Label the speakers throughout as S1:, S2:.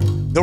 S1: The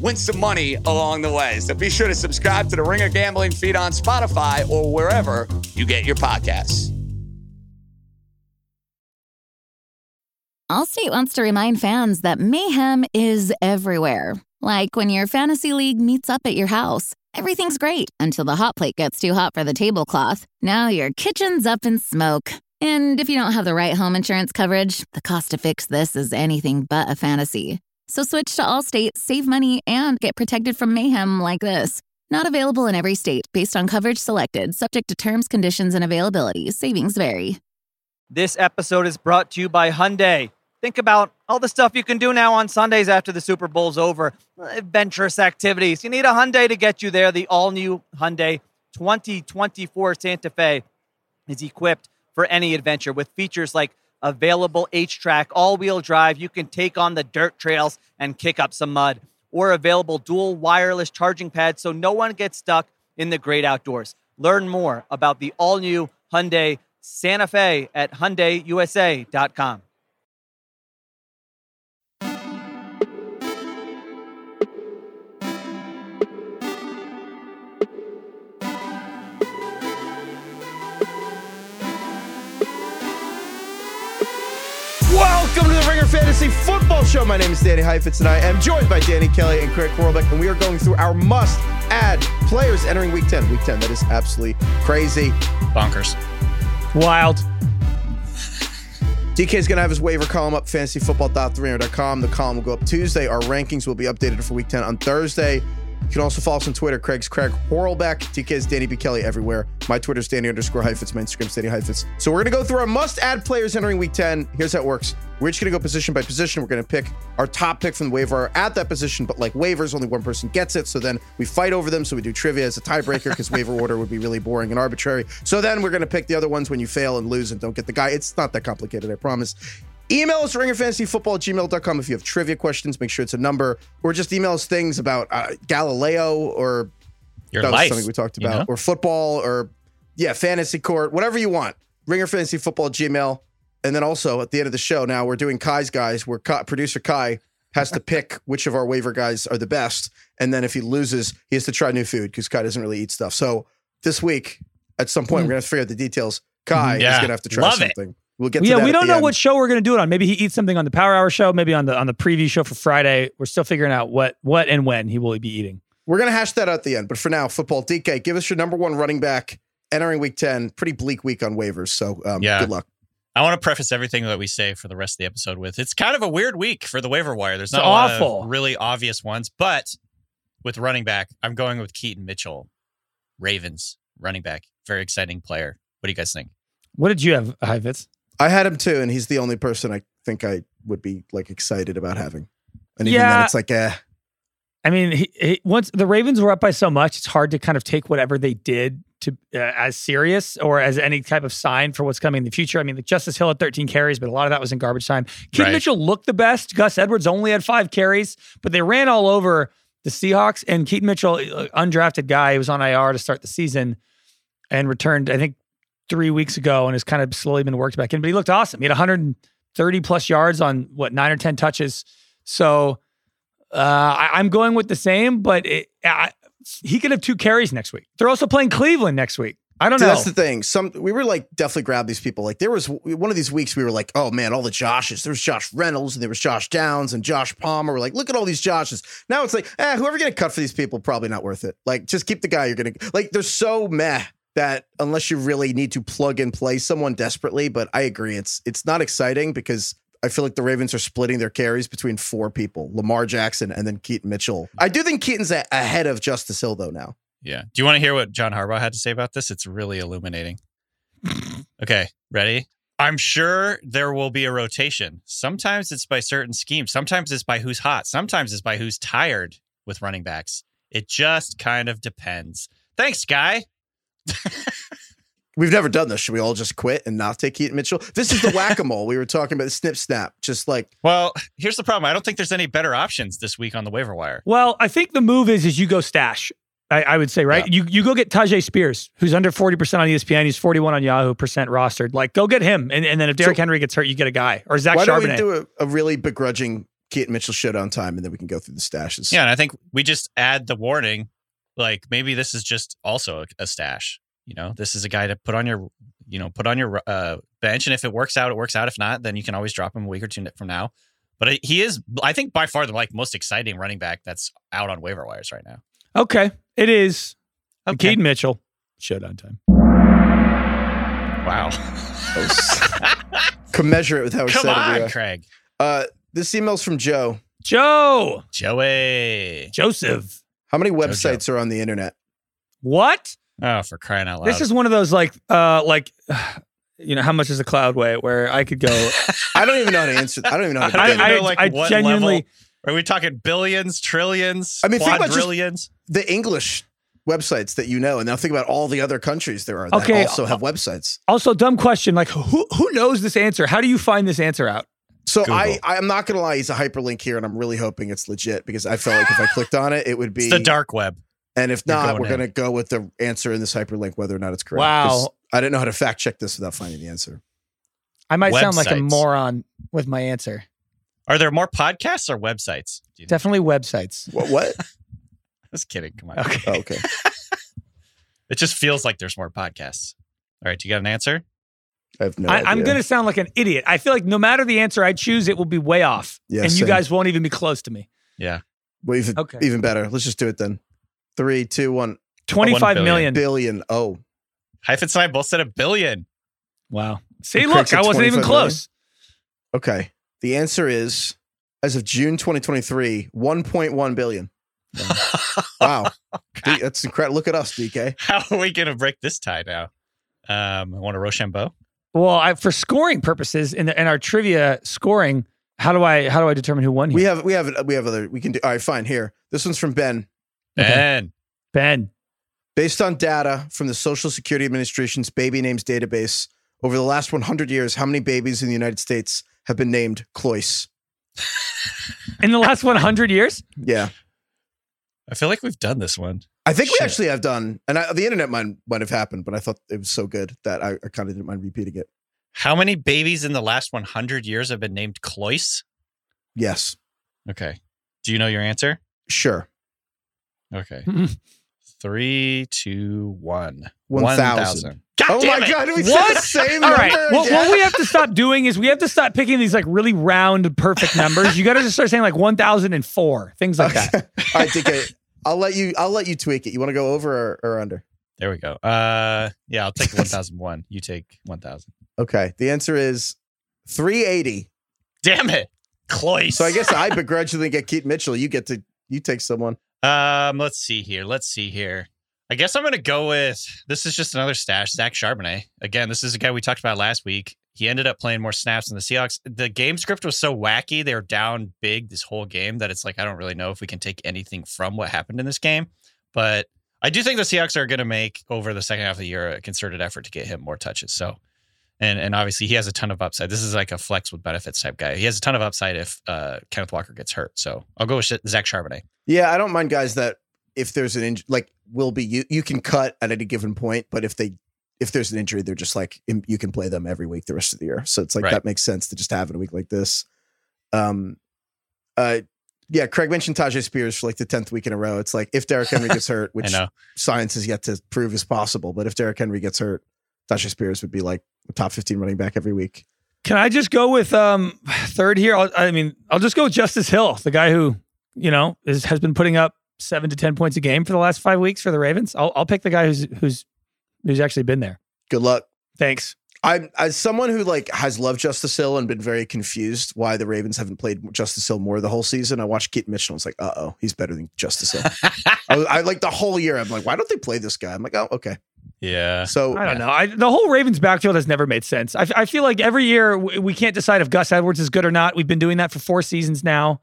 S1: win some money along the way. So be sure to subscribe to the Ringer Gambling feed on Spotify or wherever you get your podcasts.
S2: Allstate wants to remind fans that mayhem is everywhere. Like when your fantasy league meets up at your house, everything's great until the hot plate gets too hot for the tablecloth. Now your kitchen's up in smoke. And if you don't have the right home insurance coverage, the cost to fix this is anything but a fantasy. So switch to Allstate, save money, and get protected from mayhem like this. Not available in every state based on coverage selected, subject to terms, conditions, and availability. Savings vary.
S3: This episode is brought to you by Hyundai. Think about all the stuff you can do now on Sundays after the Super Bowl's over. Adventurous activities. You need a Hyundai to get you there. The all new Hyundai 2024 Santa Fe is equipped for any adventure with features like available H track, all wheel drive. You can take on the dirt trails and kick up some mud, or available dual wireless charging pads so no one gets stuck in the great outdoors. Learn more about the all new Hyundai Santa Fe at HyundaiUSA.com.
S4: Welcome to the Ringer Fantasy Football Show. My name is Danny Heifetz, and I am joined by Danny Kelly and Craig Horbeck, and we are going through our must add players entering week 10. Week 10, that is absolutely crazy.
S5: Bonkers.
S6: Wild.
S4: DK is going to have his waiver column up, fantasyfootball.300.com. The column will go up Tuesday. Our rankings will be updated for week 10 on Thursday. You can also follow us on Twitter. Craig's Craig Horlbeck. DK's Danny B. Kelly everywhere. My Twitter's Danny underscore Heifetz. My Instagram's Danny Heifetz. So we're going to go through our must add players entering week 10. Here's how it works. We're each going to go position by position. We're going to pick our top pick from the waiver wire at that position, but like waivers, only one person gets it. So then we fight over them. So we do trivia as a tiebreaker because waiver order would be really boring and arbitrary. So then we're going to pick the other ones when you fail and lose and don't get the guy. It's not that complicated, I promise. Email us ringerfantasyfootball at gmail.com if you have trivia questions. Make sure it's a number or just email us things about uh, Galileo or
S5: Your
S4: that was
S5: life.
S4: something we talked
S5: you
S4: about,
S5: know?
S4: or football, or yeah, fantasy court, whatever you want. Ringer fantasy football Gmail, and then also at the end of the show, now we're doing Kai's guys, where Kai, producer Kai has to pick which of our waiver guys are the best, and then if he loses, he has to try new food because Kai doesn't really eat stuff. So this week, at some
S6: Hmm.
S4: point, we're gonna have to figure out the details. Kai is
S5: Yeah.
S4: gonna have to try
S5: Love it.
S4: something. We'll get to
S6: Yeah,
S4: that
S6: we
S4: at
S6: don't
S4: the
S6: know
S4: end.
S6: what show we're gonna do it on. Maybe he eats something on the Power Hour show. Maybe on the on the preview show for Friday. We're still figuring out what what and when he will be eating.
S4: We're going to hash that out at the end. But for now, football DK, give us your number one running back entering week 10. Pretty bleak week on waivers. So um,
S5: Yeah.
S4: good luck.
S5: I want to preface everything that we say for the rest of the episode with it's kind of a weird week for the waiver wire. There's
S6: It's
S5: not a lot of
S6: awful.
S5: really obvious ones, but with running back, I'm going with Keaton Mitchell, Ravens running back. Very exciting player. What do you guys think?
S6: What did you have, Heifetz?
S4: I had him too, and he's the only person I think I would be like excited about having. And even then,
S6: Yeah.
S4: it's like, eh.
S6: I mean, he, he, once the Ravens were up by so much, it's hard to kind of take whatever they did to uh, as serious or as any type of sign for what's coming in the future. I mean, like Justice Hill had 13 carries, but a lot of that was in garbage time. Keaton
S5: Right.
S6: Mitchell looked the best. Gus Edwards only had five carries, but they ran all over the Seahawks. And Keaton Mitchell, uh, undrafted guy, he was on IR to start the season and returned, I think, three weeks ago and has kind of slowly been worked back in. But he looked awesome. He had 130 plus yards on what nine or 10 touches. So uh, I, I'm going with the same, but it, I, he could have two carries next week. They're also playing Cleveland next week. I don't
S4: So
S6: know.
S4: that's the thing. Some we were like definitely grab these people. Like there was w- one of these weeks we were like, oh man, all the Joshes. There was Josh Reynolds and there was Josh Downs and Josh Palmer. We're like, look at all these Joshes. Now it's like, eh, whoever gonna cut for these people probably not worth it. Like just keep the guy you're gonna like. They're so meh that unless you really need to plug and play someone desperately, but I agree, it's it's not exciting because. I feel like the Ravens are splitting their carries between four people: Lamar Jackson and then Keaton Mitchell. I do think Keaton's a- ahead of Justice Hill, though. Now,
S5: Yeah. Do you want to hear what John Harbaugh had to say about this? It's really illuminating. okay, ready? I'm sure there will be a rotation. Sometimes it's by certain schemes. Sometimes it's by who's hot. Sometimes it's by who's tired with running backs. It just kind of depends. Thanks, guy.
S4: We've never done this. Should we all just quit and not take Keaton Mitchell? This is the whack a mole we were talking about. The snip snap. Just like
S5: Well, here's the problem. I don't think there's any better options this week on the waiver wire.
S6: Well, I think the move is is you go stash. I, I would say, right? You you go get Tajay Spears, who's under 40% on E ESPN. He's 41 on Yahoo percent rostered. Like, go get him. And, and then if Derrick
S4: So-
S6: Henry gets hurt, you get a guy. Or Zach
S4: why don't
S6: Charbonnet.
S4: we do a, a really begrudging Keaton Mitchell showdown time, and then we can go through the stashes.
S5: Yeah, and I think we just add the warning, like maybe this is just also a, a stash. You know, this is a guy to put on your, you know, put on your uh, bench, and if it works out, it works out. If not, then you can always drop him a week or two from now. But I- he is, I think, by far the like most exciting running back that's out on waiver wires right now.
S6: okay. It is
S5: Okay.
S6: Keaton Mitchell. Showdown time.
S5: Wow.
S4: Commensurate with how
S5: Come
S4: excited we
S5: on,
S4: are.
S5: Craig.
S4: Uh, this email's from Joe.
S6: Joe.
S5: Joey.
S6: Joseph.
S4: How many
S5: Joe.
S4: websites are on the internet?
S6: What?
S5: Oh, for crying out loud.
S6: This is one of those like uh like you know, how much is the cloud weigh where I could go
S4: I don't even know how to answer. I don't even know how to.
S5: I
S4: do
S5: don't
S4: that.
S5: know, like,
S6: I
S5: what
S6: genuinely
S5: level. Are we talking billions, trillions,
S4: I mean, think about just-
S5: quadrillions?
S4: the English websites that you know, and now think about all the other countries there are that
S6: Okay,
S4: also
S5: uh,
S4: have websites.
S6: also dumb question. Like who who knows this answer? How do you find this answer out?
S4: So I,
S5: Google.
S4: I'm not gonna lie, he's a hyperlink here, and I'm really hoping it's legit because I felt like if I clicked on it, it would be
S5: it's the dark web.
S4: And if
S5: You're
S4: not,
S5: going
S4: we're
S5: in.
S4: gonna go with the answer in this hyperlink, whether or not it's correct.
S6: Wow.
S4: 'Cause I didn't know how to fact check this without finding the answer.
S6: I might sound like a
S5: Websites.
S6: moron with my answer.
S5: Are there more podcasts or websites? Do you think?
S6: Definitely websites.
S4: What? What?
S5: Just kidding. Come on.
S6: Okay.
S4: Oh, okay.
S5: It just feels like there's more podcasts. All right, do you got an answer?
S4: I have no.
S6: I, I'm
S4: idea.
S6: going to sound like an idiot. I feel like no matter the answer I choose, it will be way off.
S4: Yeah,
S6: and you
S4: same.
S6: guys won't even be close to me.
S4: Well, even,
S6: Okay.
S4: even better. Let's just do it then. Three, two, one.
S6: 25
S5: billion.
S6: million.
S4: Billion. Oh,
S5: Hyphens and I both said a billion.
S6: Wow. See,
S4: It
S6: look,
S4: cracks at
S6: I wasn't even
S4: 25 million?
S6: close.
S4: okay. The answer is, as of June 2023, 1.1 billion. Wow, D- that's incredible. Look at us, DK.
S5: How are we gonna break this tie now? Um, I want a Rochambeau.
S6: Well, I, for scoring purposes in, the, in our trivia scoring, how do I how do I determine who won here?
S4: We have we have we have other we can do. All right, fine. Here, this one's from Ben.
S6: Okay.
S5: Ben.
S6: ben.
S4: Based on data from the Social Security Administration's baby names database, over the last 100 years, how many babies in the United States have been named Cloyce?
S6: In the last 100 years?
S4: Yeah,
S5: I feel like we've done this one.
S4: I think
S5: Shit.
S4: we actually have done, and I, the internet might might have happened, but I thought it was so good that I, I kind of didn't mind repeating it.
S5: How many babies in the last 100 years have been named Cloyce?
S4: Yes,
S5: Okay. Do you know your answer?
S4: sure,
S5: Okay.
S6: Mm-mm.
S5: Three, two, one.
S4: 1,000. oh
S5: damn
S4: my
S5: it.
S4: god, we
S6: What?
S4: said the same
S6: All
S4: number
S6: right. Well,
S4: again?
S6: what we have to stop doing is we have to stop picking these like really round, perfect numbers. You got to just start saying like 1,004, things like that.
S4: Okay. All right, DK. I'll let you. I'll let you tweak it. You want to go over or, or under?
S5: There we go. Uh, yeah, I'll take 1,001. You take 1,000.
S4: Okay. The answer is 380.
S5: Damn it. Cloyce.
S4: So I guess I begrudgingly get Keith Mitchell. You get to you take someone.
S5: Um, let's see here. Let's see here. I guess I'm gonna go with this is just another stash, Zach Charbonnet. Again, this is a guy we talked about last week. He ended up playing more snaps than the Seahawks. The game script was so wacky, they were down big this whole game that it's like I don't really know if we can take anything from what happened in this game. But I do think the Seahawks are gonna make over the second half of the year a concerted effort to get him more touches. So and and obviously he has a ton of upside. This is like a flex with benefits type guy. He has a ton of upside if uh Kenneth Walker gets hurt. So I'll go with Zach Charbonnet.
S4: Yeah, I don't mind guys that if there's an injury, like will be you you can cut at any given point, but if they if there's an injury, they're just like im- you can play them every week the rest of the year. So it's like
S5: Right.
S4: that makes sense to just have it a week like this. Um, uh, yeah. Craig mentioned Tajay Spears for like the tenth week in a row. It's like if Derrick Henry gets hurt,
S5: I
S4: which
S5: know.
S4: science has yet to prove is possible, but if Derrick Henry gets hurt, Tajay Spears would be like a top fifteen running back every week.
S6: Can I just go with um third here? I'll, I mean, I'll just go with Justice Hill, the guy who you know is, has been putting up seven to ten points a game for the last five weeks for the Ravens. I'll, I'll pick the guy who's who's who's actually been there.
S4: Good luck.
S6: Thanks.
S4: I, as someone who like has loved Justice Hill and been very confused why the Ravens haven't played Justice Hill more the whole season, I watched Keaton Mitchell and was like, uh oh, he's better than Justice Hill. I, was, I like the whole year. I'm like, why don't they play this guy? I'm like, oh, okay.
S5: Yeah.
S4: So
S6: I don't know. I, the whole Ravens backfield has never made sense. I, f- I feel like every year we, we can't decide if Gus Edwards is good or not. We've been doing that for four seasons now.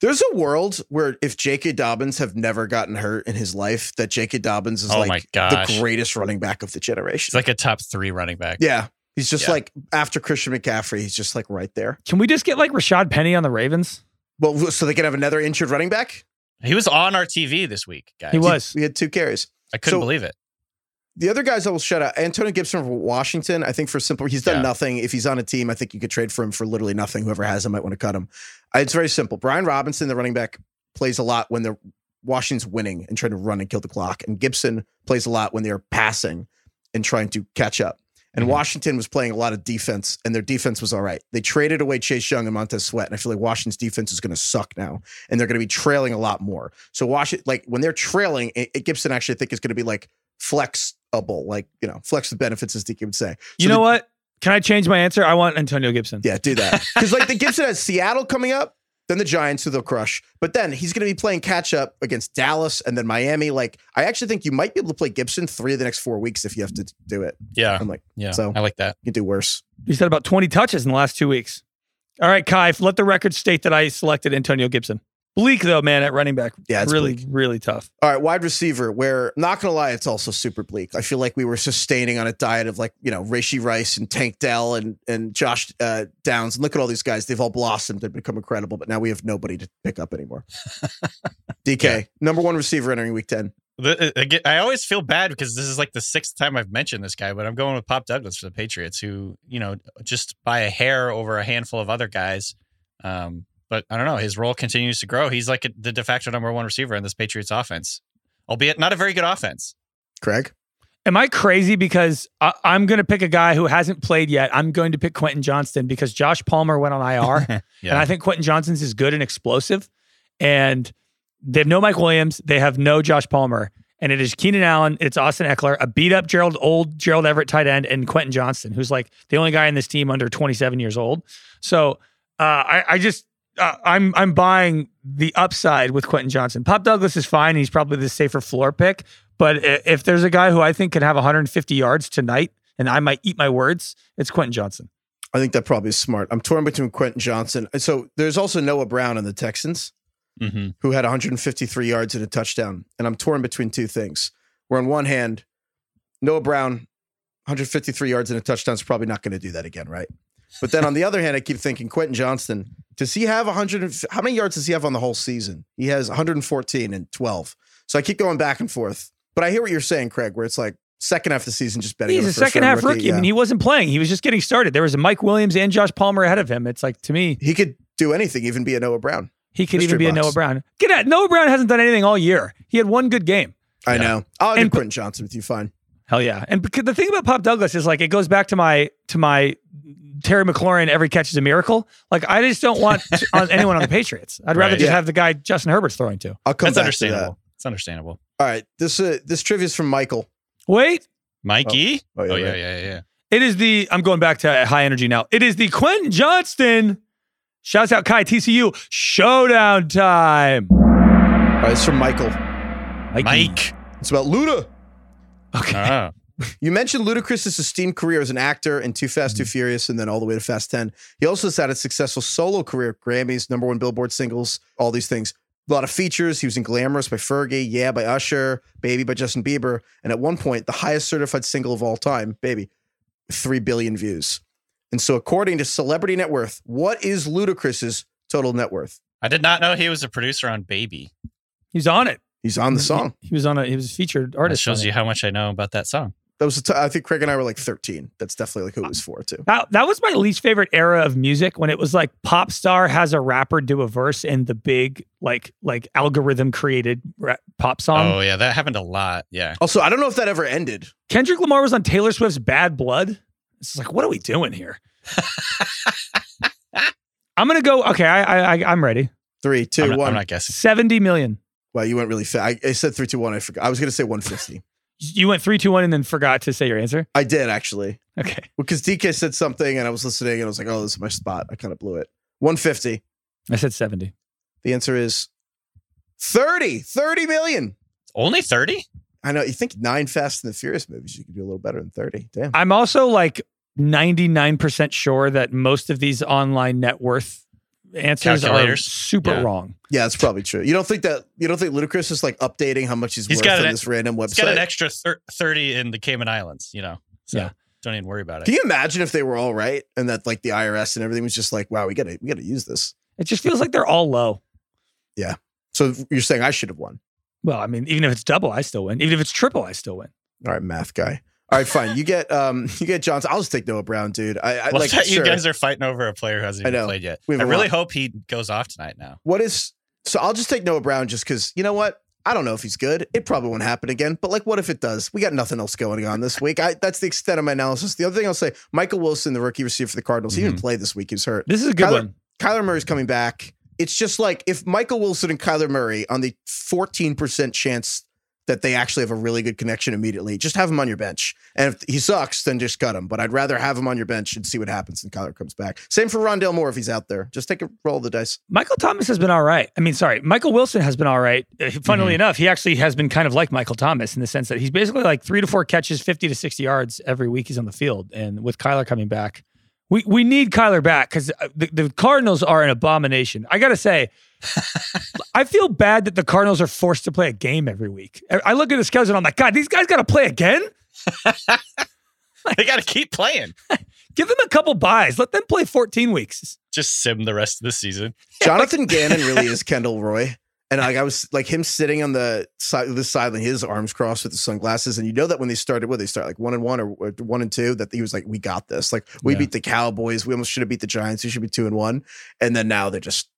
S4: There's a world where if J.K. Dobbins have never gotten hurt in his life, that J.K. Dobbins is
S5: Oh my
S4: like the
S5: gosh.
S4: greatest running back of the generation.
S5: It's like a top three running back.
S4: yeah. He's just
S5: Yeah.
S4: like after Christian McCaffrey, he's just like right there.
S6: Can we just get like Rashad Penny on the Ravens?
S4: Well, so they can have another injured running back.
S5: He was on our TV this week, guys.
S6: He was.
S4: We had two carries.
S5: I couldn't
S4: So-
S5: believe it.
S4: The other guys I will shout out Antonio Gibson from Washington. I think for simple, he's done
S5: Yeah.
S4: nothing. If he's on a team, I think you could trade for him for literally nothing. Whoever has him might want to cut him. Uh, It's very simple. Brian Robinson, the running back, plays a lot when the Washington's winning and trying to run and kill the clock. And Gibson plays a lot when they're passing and trying to catch up. And
S5: Mhm.
S6: Mm-hmm.
S4: Washington was playing a lot of defense, and their defense was all right. They traded away Chase Young and Montez Sweat, and I feel like Washington's defense is going to suck now, and they're going to be trailing a lot more. So Washington, like when they're trailing, it, it- Gibson actually I think is going to be like flexable, like you know, flex the benefits as Deacon would say.
S6: You
S4: So
S6: know
S4: the-
S6: what? Can I change my answer? I want Antonio Gibson.
S4: Yeah, do that because like the Gibson has Seattle coming up, then the Giants who they'll crush, but then he's going to be playing catch up against Dallas and then Miami. Like I actually think you might be able to play Gibson three of the next four weeks if you have to do it.
S5: Yeah.
S4: I'm like
S5: Yeah.
S4: Um, So-
S5: I like that.
S4: you can do worse.
S6: He's had about 20 touches in the last two weeks. All right, Kai, let the record state that I selected Antonio Gibson. Bleak, though, man, at running back.
S4: Yeah, it's
S6: really,
S4: bleak.
S6: really tough.
S4: All right, wide receiver. Where not gonna lie, it's also super bleak. I feel like we were sustaining on a diet of like you know Rishi Rice and Tank Dell and and Josh uh, Downs. And look at all these guys; they've all blossomed. They've become incredible. But now we have nobody to pick up anymore. DK,
S5: Yeah.
S4: number one receiver entering week ten.
S5: The- uh, I get- I always feel bad because this is like the sixth time I've mentioned this guy, but I'm going with Pop Douglas for the Patriots, who you know just by a hair over a handful of other guys. Um, but I don't know, his role continues to grow. He's like a, the de facto number one receiver in this Patriots offense, albeit not a very good offense.
S4: Craig,
S6: Am I crazy because I, I'm going to pick a guy who hasn't played yet? I'm going to pick Quentin Johnston because Josh Palmer went on IR.
S5: Yeah,
S6: And I think Quentin Johnson's is good and explosive. And they have no Mike Williams. They have no Josh Palmer. And it is Keenan Allen. It's Austin Eckler, a beat up Gerald, old Gerald Everett tight end, and Quentin Johnston, who's like the only guy in this team under 27 years old. So uh, I, I just, uh, I'm I'm buying the upside with Quentin Johnson. Pop Douglas is fine. He's probably the safer floor pick. But i- if there's a guy who I think can have 150 yards tonight, and I might eat my words, it's Quentin Johnson.
S4: I think that probably is smart. I'm torn between Quentin Johnson. So there's also Noah Brown in the Texans.
S5: hmm
S4: who had 153 yards and a touchdown. And I'm torn between two things. Where on one hand, Noah Brown, 153 yards and a touchdown is probably not going to do that again, right? But then on the other hand, I keep thinking Quentin Johnston, does he have 100? and f- How many yards does he have on the whole season? He has 114 and 12. So I keep going back and forth. But I hear what you're saying, Craig, where it's like second half of the season, just betting.
S6: He's
S4: on
S6: a
S4: first
S6: second
S4: round
S6: half rookie. I mean, he wasn't playing. He was just getting started. There was a Mike Williams and Josh Palmer ahead of him. It's like to me,
S4: yeah. he could do anything, even be a Noah Brown.
S6: he could
S4: Mystery
S6: even be a
S4: box.
S6: Noah Brown. Get out. Noah Brown hasn't done anything all year. He had one good game.
S4: I
S5: Yeah.
S4: know. I'll do
S6: And-
S4: Quentin Johnson with you. Fine.
S6: Hell yeah. And because the thing about Pop Douglas is like it goes back to my to my Terry McLaurin every catch is a miracle. Like I just don't want on anyone on the Patriots. I'd rather
S5: Right.
S6: just
S4: Yeah.
S6: have the guy Justin Herbert's throwing to.
S4: I'll come back to
S5: That's
S4: that.
S5: understandable. It's understandable.
S4: All right. This uh, this trivia is from Michael.
S6: Wait,
S5: Mikey. Oh, yeah,
S4: right.
S5: yeah, yeah, yeah.
S6: it is the I'm going back to high energy now. It is the Quentin Johnston. Shouts out Kai TCU showdown time.
S4: All right, it's from Michael.
S6: Mikey.
S5: Mike.
S4: It's about Luda.
S6: Okay.
S5: Oh,
S4: You mentioned Ludacris's esteemed career as an actor in Too Fast,
S5: Mm-hmm.
S4: Too Furious, and then all the way to Fast 10. He also has had a successful solo career, Grammys, number one Billboard singles, all these things. A lot of features. He was in Glamorous by Fergie, Yeah by Usher, Baby by Justin Bieber, and at one point, the highest certified single of all time, Baby, 3 billion views. And so, according to Celebrity Net Worth, what is Ludacris's total net worth?
S5: I did not know he was a producer on Baby.
S6: He's on it.
S4: He's on
S5: Mm-hmm.
S4: the song.
S6: He was on a he was a featured
S5: That
S6: artist.
S5: shows
S6: on it.
S5: you how much I know about that song.
S4: That was, a t- I think Craig and I were like 13. That's definitely
S5: Uh,
S4: like who it was for, too.
S6: That, that was my least favorite era of music when it was like pop star has a rapper do a verse in the big like like algorithm created rap, pop song.
S5: oh yeah, that happened a lot. Yeah.
S4: Also, I don't know if that ever ended.
S6: Kendrick Lamar was on Taylor Swift's Bad Blood. It's like what are we doing here? I'm gonna go. Okay, I, I I I'm ready.
S4: Three, two,
S5: I'm
S4: one.
S5: not- I'm not guessing.
S6: Seventy million.
S4: Wow, you went really fast. I, I said three, two, one. I forgot. I was going to say one fifty.
S6: You went three, two, one, and then forgot to say your answer.
S4: I did actually
S6: Okay,
S4: because DK said something, and I was listening, and I was like, "Oh, this is my spot." I kind of blew it. One fifty.
S6: I said seventy.
S4: The answer is 30, 30 million.
S5: Only 30?
S4: I know you think nine Fast and the Furious movies, you could do a little better than thirty. Damn.
S6: I'm also like 99% sure that most of these online net worth answers are
S5: Calculators.
S6: super
S5: Yeah.
S6: wrong.
S4: Yeah, that's probably true. You don't think that you don't think Ludacris is like updating how much he's,
S5: He's
S4: worth
S5: got
S4: on
S5: an-
S4: this random
S5: It's got an
S4: website?
S5: extra thir- 30 in the Cayman Islands, you know. So
S6: Yeah.
S5: don't even worry about it.
S4: Can you imagine if they were all right and that like the IRS and everything was just like, wow, we gotta we gotta use this.
S6: It just feels like they're all low.
S4: So you're saying I should have won.
S6: Well, I mean, even if it's double, I still win. Even if it's triple, I still win.
S4: All right, math guy. All right, fine. You get um you get Johnson. I'll just take Noah Brown, dude. I, I
S5: Love
S4: like
S5: that
S4: sure.
S5: you guys are fighting over a player who hasn't
S4: I
S5: even
S4: know.
S5: played yet.
S4: We have
S5: I
S4: a
S5: really
S4: lot.
S5: hope he goes off tonight now.
S4: What is so? I'll just take Noah Brown just because you know what? I don't know if he's good. It probably won't happen again. But like, what if it does? We got nothing else going on this week. I, that's the extent of my analysis. The other thing I'll say: Michael Wilson, the rookie receiver for the Cardinals, he
S5: Mm-hmm.
S4: didn't play this week. He was hurt.
S6: This is a good
S4: Kyler-
S6: one.
S4: Kyler Murray's coming back. It's just like if Michael Wilson and Kyler Murray on the fourteen percent chance that they actually have a really good connection immediately, just have him on your bench. And if he sucks, then just cut him. But I'd rather have him on your bench and see what happens when Kyler comes back. Same for Rondell Moore if he's out there. Just take a roll of the dice.
S6: Michael Thomas has been all right. I mean, sorry, Michael Wilson has been all right. Uh, Funnily enough, he actually has been kind of like Michael Thomas in the sense that he's basically like three to four catches, 50 to 60 yards every week he's on the field. And with Kyler coming back, we, we need Kyler back because the, the Cardinals are an abomination. I got to say, I feel bad that the Cardinals are forced to play a game every week. I- I look at the schedule and I'm like, God, these guys got to play again?
S5: They got to keep playing.
S6: Give them a couple buys. Let them play 14 weeks.
S5: Just sim the rest of the season.
S4: Jonathan Gannon really is Kendall Roy. And like I was like him sitting on the side the side with his arms crossed with the sunglasses. And you know that when they started what they start like one and one or, or one and two, that he was like, We got this. Like we
S6: Yeah.
S4: beat the Cowboys. We almost should have beat the Giants. We should be two and one. And then now they're just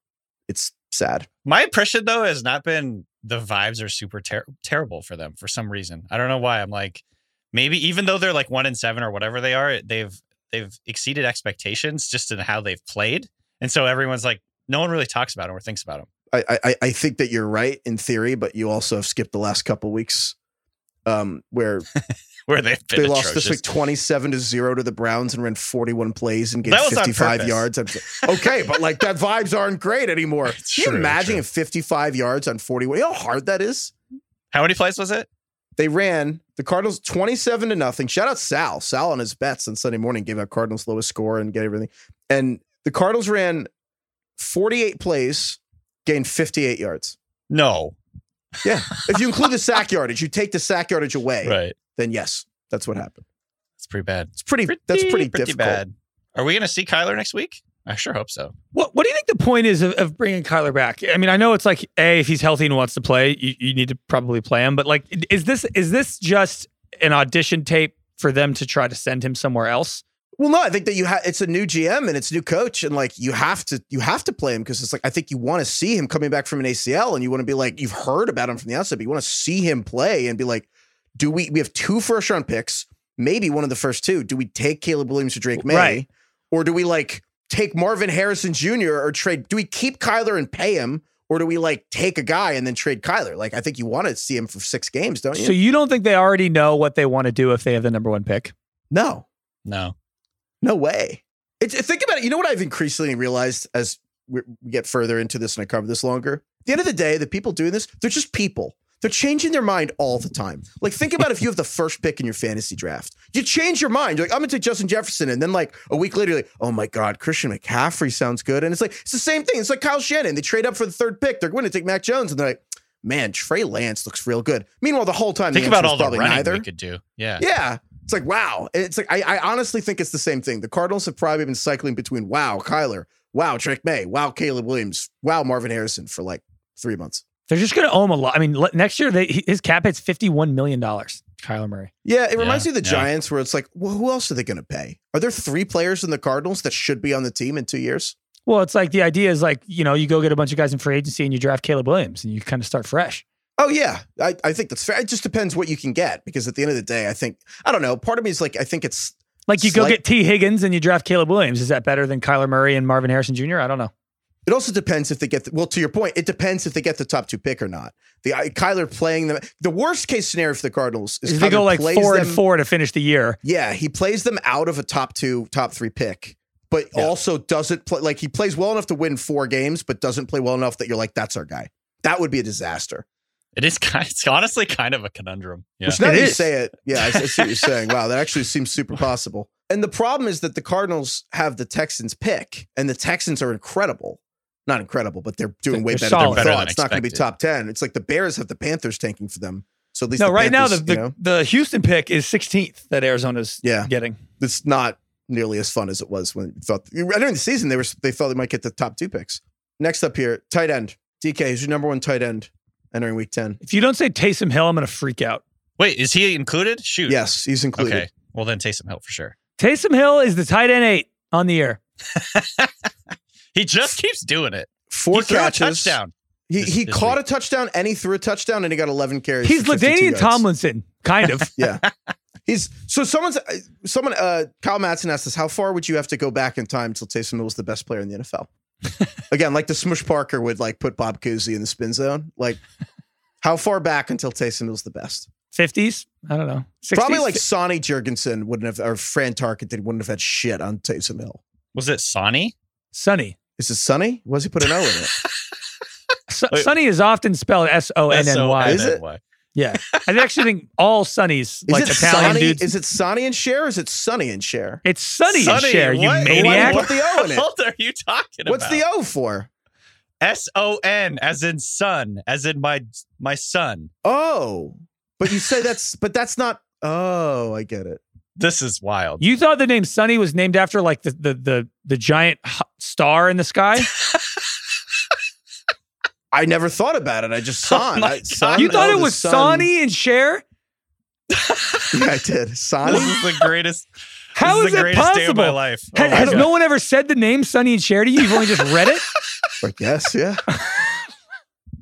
S4: it's sad.
S5: My impression, though, has not been the vibes are super ter- terrible for them for some reason. I don't know why. I'm like, maybe even though they're like one and seven or whatever they are, they've they've exceeded expectations just in how they've played, and so everyone's like, no one really talks about them or thinks about them.
S4: I I, I think that you're right in theory, but you also have skipped the last couple weeks. Um, where
S5: Where they've been
S4: they lost
S5: atrocious.
S4: this week 27 to 0 to the Browns and ran 41 plays and gained
S5: That was on
S4: 55
S5: purpose.
S4: yards. I'm- Okay, but like that vibes aren't great anymore.
S5: It's
S4: Can you
S5: true,
S4: imagine
S5: true.
S4: if 55 yards on 41? You know how hard that is?
S5: How many plays was it?
S4: They ran the Cardinals 27 to nothing. Shout out Sal. Sal on his bets on Sunday morning gave out Cardinals lowest score and get everything. And the Cardinals ran 48 plays, gained 58 yards.
S5: No,
S4: Yeah. If you include the sack yardage, you take the sack yardage away,
S5: right.
S4: then yes, that's what happened.
S5: It's pretty bad.
S4: It's pretty, that's pretty, difficult.
S5: Are we going to see Kyler next week? I sure hope so.
S6: What What do you think the point is of, of bringing Kyler back? I mean, I know it's like a if he's healthy and wants to play, you, you need to probably play him. But like, is this is this just an audition tape for them to try to send him somewhere else?
S4: Well, no, I think that you have it's a new GM and it's a new coach, and like you have to you have to play him because it's like I think you want to see him coming back from an ACL, and you want to be like you've heard about him from the outset, but you want to see him play and be like, do we we have two first round picks, maybe one of the first two? Do we take Caleb Williams or Drake May,
S6: Right.
S4: or do we like take Marvin Harrison Jr. or trade? Do we keep Kyler and pay him, or do we like take a guy and then trade Kyler? Like I think you want to see him for six games, don't you?
S6: So you don't think they already know what they want to do if they have the number one pick?
S4: no,
S5: No.
S4: No way. It's, think about it. You know what I've increasingly realized as we we get further into this and I cover this longer? At the end of the day, the people doing this, they're just people. They're changing their mind all the time. Like, think about if you have the first pick in your fantasy draft. You change your mind. You're like, I'm going to take Justin Jefferson. And then, like, a week later, you're like, oh my God, Christian McCaffrey sounds good. And it's like, it's the same thing. It's like Kyle Shannon. They trade up for the third pick. They're going to take Mac Jones. And they're like, man, Trey Lance looks real good. Meanwhile, the whole time,
S5: Think
S4: the
S5: about
S4: answer is
S5: all
S4: probably
S5: the running
S4: neither.
S5: we could do. Yeah.
S4: Yeah. It's like, wow. And It's like, I, I honestly think it's the same thing. The Cardinals have probably been cycling between, wow, Kyler, wow, Drake May, wow, Caleb Williams, wow, Marvin Harrison for like three months.
S6: They're just going to owe him a lot. I mean, le- next year they, he- his cap hit's fifty one million dollars. Kyler Murray.
S4: Yeah. It reminds
S5: Yeah,
S4: me of the
S5: yeah.
S4: Giants where it's like, well, who else are they going to pay? Are there three players in the Cardinals that should be on the team in two years?
S6: Well, it's like the idea is like you know you go get a bunch of guys in free agency and you draft Caleb Williams and you kind of start fresh.
S4: Oh yeah, I, I think that's fair. It just depends what you can get because at the end of the day, I think I don't know. Part of me is like I think it's
S6: Like you go
S4: Slight-
S6: get T Higgins and you draft Caleb Williams. Is that better than Kyler Murray and Marvin Harrison Jr.? I don't know.
S4: It also depends if they get the, well to your point. It depends if they get the top two pick or not. The I- Kyler playing them. The worst case scenario for the Cardinals is
S6: If they
S4: Kyler
S6: go like
S4: plays
S6: four and
S4: them-
S6: four to finish the year.
S4: Yeah, he plays them out of a top two, top three pick, but
S6: Yeah.
S4: also doesn't play like he plays well enough to win four games, but doesn't play well enough that you're like that's our guy. That would be a disaster.
S5: It is kind it's honestly kind of a conundrum. Yeah.
S4: Which now
S6: It
S4: that you
S6: is.
S4: say it, yeah, I, I see what you're saying. Wow, that actually seems super possible. And the problem is that the Cardinals have the Texans pick, and the Texans are incredible. not incredible, but they're doing way
S6: They're
S4: better than
S6: solid.
S4: we
S5: Better than
S4: thought. It's not going to be
S5: expected.
S4: top ten. It's like the Bears have the Panthers tanking for them. So at least
S6: No,
S4: the
S6: right now
S4: Panthers,
S6: the, the,
S4: you know,
S6: the Houston pick is 16th that Arizona's
S4: Yeah.
S6: getting.
S4: it's not nearly as fun as it was when you thought during the season they were they thought they might get the top two picks. Next up here, tight end DK is your number one tight end entering week ten.
S6: If you don't say Taysom Hill, I'm going to freak out.
S5: Wait, is he included? Shoot.
S4: Yes, he's included.
S5: Okay. Well, then Taysom Hill for sure.
S6: Taysom Hill is the tight end eight on the year.
S5: He just keeps doing it.
S4: Four
S5: he threw a
S4: catches.
S5: touchdown.
S4: He
S5: this-
S4: he
S5: this
S4: caught
S5: week.
S4: a touchdown and he threw a touchdown and he got 11 carries.
S6: He's
S4: for 52
S6: Ladainian
S4: yards.
S6: Tomlinson, kind of.
S4: Yeah. He's so someone's uh, someone uh Kyle Matson asked us how far would you have to go back in time till Taysom Hill was the best player in the NFL? Again, like the Smush Parker would like put Bob Cousy in the spin zone. Like how far back until Taysom Hill's the best?
S6: 50s? I don't know. 60s?
S4: Probably like Sonny Jurgensen wouldn't have or Fran Tarkenton wouldn't have had shit on Taysom Hill.
S5: Was it Sonny?
S6: Sonny.
S4: Is it Sonny? Was he put an O in it?
S6: Su-
S5: Wait.
S6: Sonny is often spelled S O N N Y.
S4: S O N N Y.
S5: S-O-N-N-Y.
S6: Yeah. I actually think all Sonny's
S4: Is
S6: like
S4: it
S6: Italian
S4: Sonny?
S6: dudes.
S4: Is it Sonny and Cher? Or is it Sonny and Cher?
S6: it's Sonny, and
S5: Sonny,
S6: Cher, you
S5: what- what-
S6: maniac.
S4: Put the O in it.
S5: What are you talking
S4: What's
S5: about?
S4: the O for?
S5: S O N as in son, as in my my son.
S4: Oh, but you say that's, but that's not. Oh, I get it.
S5: This is wild.
S6: You thought the name Sonny was named after like the the the, the giant h- star in the sky?
S4: I never thought about it. I just saw
S5: Oh
S4: it.
S5: my
S4: I-
S5: God.
S4: Son,
S6: you thought
S4: oh,
S6: it
S4: the
S6: was
S4: son.
S6: Sonny and Cher?
S4: Yeah, I did. Sonny.
S5: This is the greatest.
S6: How
S5: this
S6: is
S5: the
S6: that
S5: greatest day of my
S6: possible?
S5: life. Oh
S6: Has,
S5: my
S6: has
S5: God.
S6: no one ever said the name Sonny and Cher to you? You've only just read it?
S4: I guess. Yeah.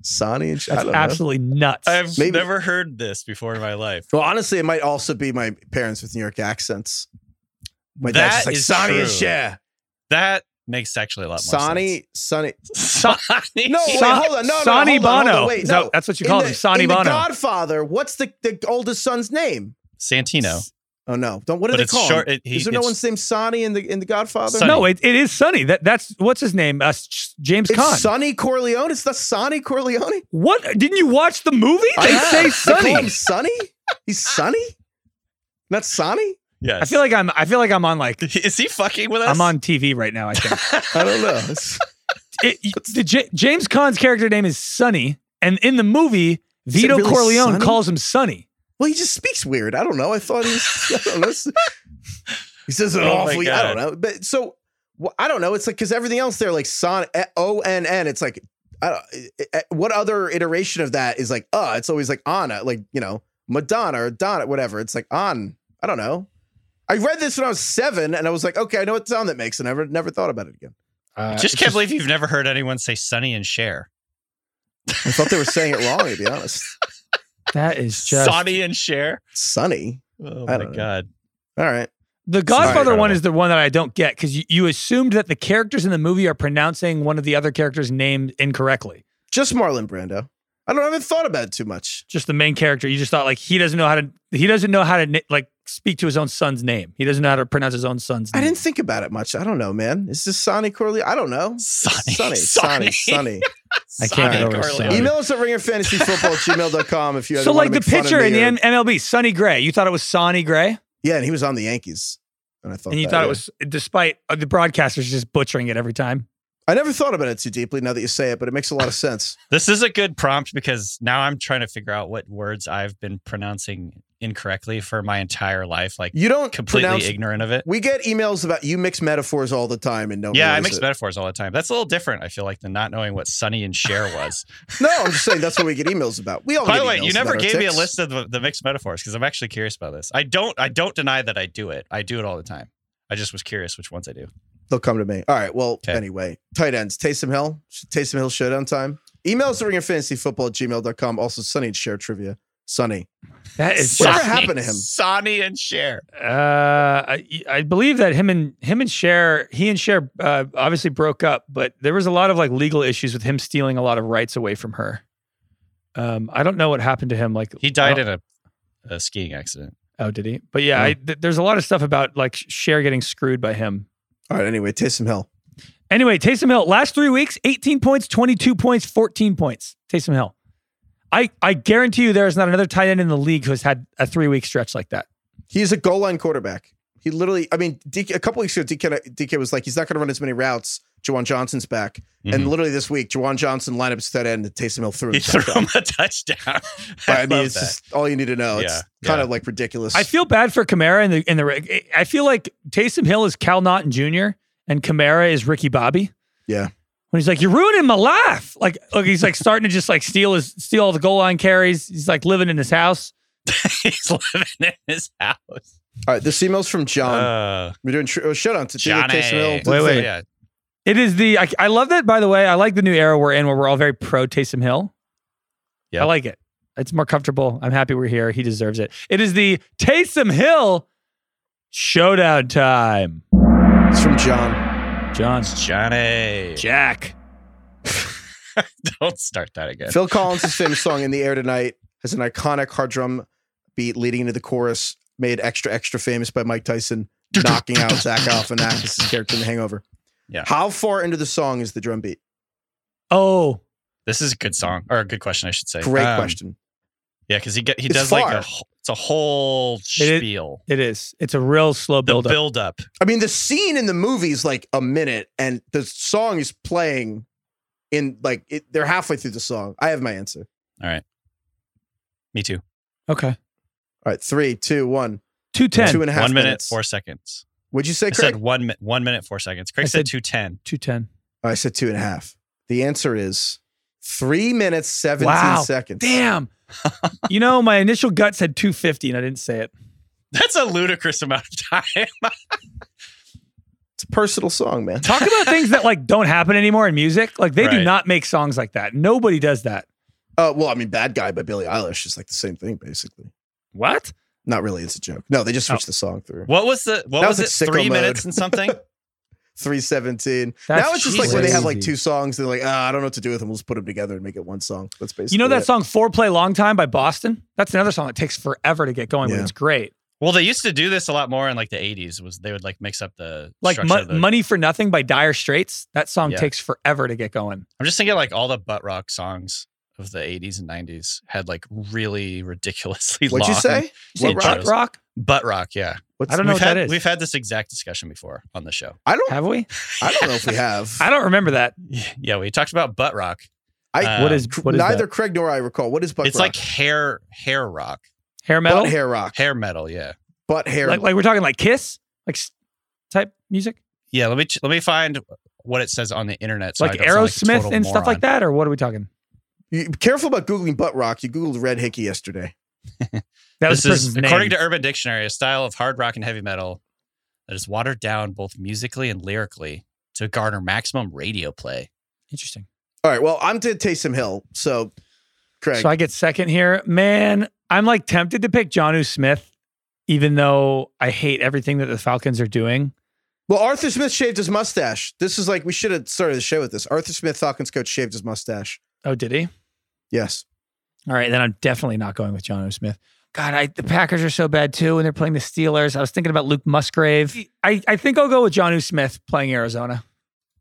S4: Sonny and Cher. I
S6: That's
S4: don't know.
S6: absolutely nuts.
S5: I've
S4: Maybe-
S5: never heard this before in my life.
S4: Well, honestly, it might also be my parents with New York accents. My
S5: That
S4: dad's just like
S5: is
S4: Sonny and
S5: true.
S4: Cher.
S5: That makes actually a lot more
S4: Sonny, Sonny.
S5: sense. Sonny.
S4: No, wait,
S6: Son-
S4: hold on. No, no,
S6: Sonny
S4: hold on, hold on,
S6: Bono.
S4: wait,
S6: Is that-
S4: no.
S6: that's what you
S4: In
S6: called
S4: the-
S6: him, Sonny
S4: in
S6: Bono.
S4: The Godfather. What's the, the oldest son's name?
S5: Santino.
S4: Oh no! Don't. What do
S5: But
S4: they
S5: it's
S4: call
S5: short-
S4: him?
S5: it- he-
S4: Is there no
S5: it's-
S4: one's named Sonny in the in the Godfather?
S5: Sonny.
S6: No, it, it is Sonny. That that's what's his name? Uh, S- James
S4: It's
S6: Caan.
S4: Sonny Corleone. It's the Sonny Corleone.
S6: what didn't you watch the movie? They say
S4: They call him
S6: Sonny.
S4: Sonny. He's Sonny. Not Sonny.
S5: Yes.
S6: I feel like I'm. I feel like I'm on like
S5: is he fucking with us?
S6: I'm on TV right now. I think
S4: I don't know. It's-
S6: it, the J- James Caan's character name is Sonny, and in the movie,
S4: it
S6: Vito
S4: really
S6: Corleone
S4: Sonny?
S6: calls him Sonny.
S4: well, he just speaks weird. I don't know. I thought he was. I don't know. He says an
S5: Oh my
S4: awfully. I don't
S5: God.
S4: know. But so wh- I don't know. It's like because everything else there, like Son eh, O N N. It's like I don't, eh, eh, what other iteration of that is like? Uh, it's always like Anna, like you know Madonna or Donna, whatever. It's like on. I don't know. I read this when I was seven, and I was like, okay, I know what sound that makes, and I never never thought about it again.
S6: Uh,
S5: just can't believe you've never heard anyone say Sonny and Cher.
S4: I thought they were saying it wrong. To be honest,
S6: that is just
S5: Sonny and Cher.
S4: Sonny.
S5: Oh
S4: I
S5: my
S4: don't know.
S5: god.
S4: All right.
S6: the Godfather one is the one that I don't get because you, you assumed that the characters in the movie are pronouncing one of the other characters' name incorrectly.
S4: Just Marlon Brando. I don't I haven't thought about it too much.
S6: Just the main character, you just thought like he doesn't know how to he doesn't know how to na- like speak to his own son's name. He doesn't know how to pronounce his own son's
S4: I
S5: Mm.
S6: name.
S4: didn't think about it much. I don't know, man. Is this Sonny Corley? I don't know. Sonny,
S5: Sonny.
S4: Sonny, Sonny.
S6: I can't get
S5: Sonny
S6: over
S5: Corleone.
S6: Sonny.
S4: Email us at ringerfantasyfootball@gmail.com if you
S6: So
S4: wanna
S6: like the
S4: make fun of
S6: pitcher
S4: me
S6: in the
S4: or-
S6: M- MLB, Sonny Gray. You thought it was Sonny Gray,
S4: Yeah, and he was on the Yankees. And I thought
S6: and you
S4: that,
S6: thought
S4: yeah.
S6: it was despite uh, the broadcasters just butchering it every time.
S4: I never thought about it too deeply now that you say it, but it makes a lot of sense.
S5: This is a good prompt because now I'm trying to figure out what words I've been pronouncing incorrectly for my entire life, like
S4: You don't
S5: completely
S4: pronounce
S5: ignorant of it.
S4: we get emails about you mix metaphors all the time and no
S5: Yeah, I mix metaphors all the time. That's a little different, I feel like, than not knowing what Sonny and Cher was.
S4: No, I'm just saying that's what we get emails about. We all
S5: By
S4: get
S5: the way,
S4: emails
S5: you never
S4: about our
S5: gave me a
S4: ticks.
S5: list of the, the mixed metaphors because I'm actually curious about this. I don't I don't deny that I do it. I do it all the time. I just was curious which ones I do.
S4: They'll come to me. All right. Well,
S5: Okay.
S4: anyway, tight ends. Taysom Hill. Taysom Hill showdown time. Email us at ringoffantasyfootball at gmail.com. Also, Sonny and share trivia. Sonny.
S6: That is
S4: Whatever
S6: just,
S4: happened to him?
S5: Sonny and Cher.
S6: uh, I, I believe that him and him and Cher, he and Cher uh, obviously broke up, but there was a lot of like legal issues with him stealing a lot of rights away from her. Um, I don't know what happened to him. Like
S5: He died
S6: I
S5: in a, a skiing accident.
S6: don't- oh, did he? But yeah, I, th- there's a lot of stuff about like Cher getting screwed by him.
S4: All right. Anyway, Taysom Hill.
S6: Anyway, Taysom Hill, last three weeks, 18 points, 22 points, 14 points. Taysom Hill. I, I guarantee you there is not another tight end in the league who has had a three week stretch like that.
S4: He's a goal line quarterback. He literally, I mean, DK, a couple weeks ago, DK, DK was like, he's not going to run as many routes. Jawan Johnson's back.
S5: Mhm.
S4: And literally this week, Jawan Johnson lineups that end and Taysom Hill threw
S5: He
S4: a
S5: threw
S4: touchdown.
S5: him a touchdown.
S4: But, I, mean,
S5: love
S4: it's
S5: that.
S4: just all you need to know.
S5: Yeah,
S4: it's kind
S5: yeah.
S4: of like ridiculous.
S6: I feel bad for Kamara and the and the. re- I feel like Taysom Hill is Cal Naughton Jr. and Kamara is Ricky Bobby.
S4: Yeah.
S6: When he's like, "You're ruining my life," like look, he's like starting to just like steal his steal all the goal line carries. He's like living in his house.
S5: he's living in his house.
S4: all right, this email's from John.
S5: Uh,
S4: We're doing tr- oh, shout out to Jimmy
S5: Johnny.
S4: Taysom Hill.
S6: Wait, wait.
S5: Yeah.
S6: It is the. I, I love that. By the way, I like the new era we're in, where we're all very pro Taysom Hill.
S5: Yep.
S6: I like it. It's more comfortable. I'm happy we're here. He deserves it. It is the Taysom Hill showdown time.
S4: It's from John.
S6: John,
S5: It's Johnny.
S6: Jack.
S5: Don't start that again.
S4: Phil Collins' famous song "In the Air Tonight" has an iconic hard drum beat leading into the chorus, made extra extra famous by Mike Tyson knocking out Zach Galifianakis' character in The Hangover.
S5: Yeah.
S4: How far into the song is the drum beat?
S6: Oh,
S5: This is a good song or a good question, I should say.
S4: Great
S5: Um,
S4: question.
S5: Yeah, because he get, he
S4: It's
S5: does like
S4: far.
S5: a wh- it's a whole
S6: is-
S5: spiel.
S6: it is. It's a real slow
S5: The
S6: build up.
S5: build up.
S4: I mean, the scene in the movie is like a minute, and the song is playing in like it, they're halfway through the song. I have my answer.
S5: Me too.
S6: okay.
S4: All right, three, two, one,
S6: Two ten.
S4: two and a half
S5: one minute
S4: minutes.
S5: four seconds.
S4: What'd you
S5: I
S4: say,
S5: said
S4: Craig?
S5: one mi- one minute four seconds. Craig
S6: I
S5: said
S6: said-
S5: two ten.
S6: Two ten.
S4: Oh, I said two and a half. The answer is three minutes seventeen
S6: Wow.
S4: seconds.
S6: Damn. you know, my initial gut said two fifty, and I didn't say it.
S5: That's a ludicrous amount of time.
S4: It's a personal song, man.
S6: Talk about things that like don't happen anymore in music. Like they
S5: Right.
S6: do not make songs like that. Nobody does that.
S4: Uh, well, I mean, "Bad Guy" by Billie Eilish is like the same thing, basically.
S6: What?
S4: Not really. It's a joke. No, they just
S6: Oh.
S4: switched the song through.
S5: what was the what
S4: That
S5: was,
S4: was
S5: it?
S4: like sicko
S5: Three
S4: mode.
S5: minutes and something.
S4: Three seventeen.
S6: That's
S4: Now it's just like when they have like
S6: crazy.
S4: two songs, they're like, ah, I don't know what to do with them. We'll just put them together and make it one song. That's basically.
S6: You know that
S4: it.
S6: song "Foreplay Long Time" by Boston? That's another song that takes forever to get going, but
S4: Yeah.
S6: it's great.
S5: well, they used to do this a lot more in like the '80s. Was they would like mix up the
S6: Like
S5: structure
S6: Mo-
S5: of the-
S6: "Money for Nothing" by Dire Straits. That song
S5: Yeah.
S6: takes forever to get going.
S5: I'm just thinking like all the butt rock songs of the 80s and 90s had like really ridiculously
S4: What'd
S5: long.
S4: you say?
S5: You
S4: What rock?
S5: said
S6: Rock,
S5: Intros.
S6: rock.
S5: Butt rock, yeah.
S4: What's,
S6: I don't know
S5: we've
S6: what
S5: had,
S6: that is.
S5: We've had this exact discussion before on the show.
S4: I don't.
S6: Have we?
S4: I don't know if we have.
S6: I don't remember that.
S5: Yeah, we talked about butt rock.
S4: I-
S5: Uh,
S6: what is uh, what is
S4: Neither
S6: that?
S4: Craig nor I recall. What is butt
S5: it's
S4: rock?
S5: like hair hair rock,
S6: hair metal?
S4: butt hair rock.
S5: hair metal. Yeah,
S4: Butt hair.
S6: Like like we're talking like Kiss, like s- type music,
S5: yeah. Let me ch- let me find what it says on the internet. so I
S6: like
S5: don't sound a
S6: Aerosmith
S5: total
S6: and stuff like
S5: moron.
S6: that. Or what are we talking?
S4: You, be careful about googling butt rock. You googled red hickey yesterday.
S6: That
S5: This
S6: was the
S5: is
S6: person's name.
S5: according to Urban Dictionary, a style of hard rock and heavy metal that is watered down both musically and lyrically to garner maximum radio play.
S6: Interesting.
S4: All right. Well, I'm to Taysom Hill. So, Craig,
S6: So I get second here. Man, I'm like tempted to pick Johnu Smith, even though I hate everything that the Falcons are doing.
S4: Well, Arthur Smith shaved his mustache. This is like we should have started the show with this. Arthur Smith, Falcons coach, shaved his mustache.
S6: Oh, did he?
S4: Yes.
S6: All right, then I'm definitely not going with John O. Smith. God, I, the Packers are so bad too, and they're playing the Steelers. I was thinking about Luke Musgrave. I, I think I'll go with John O. Smith playing Arizona.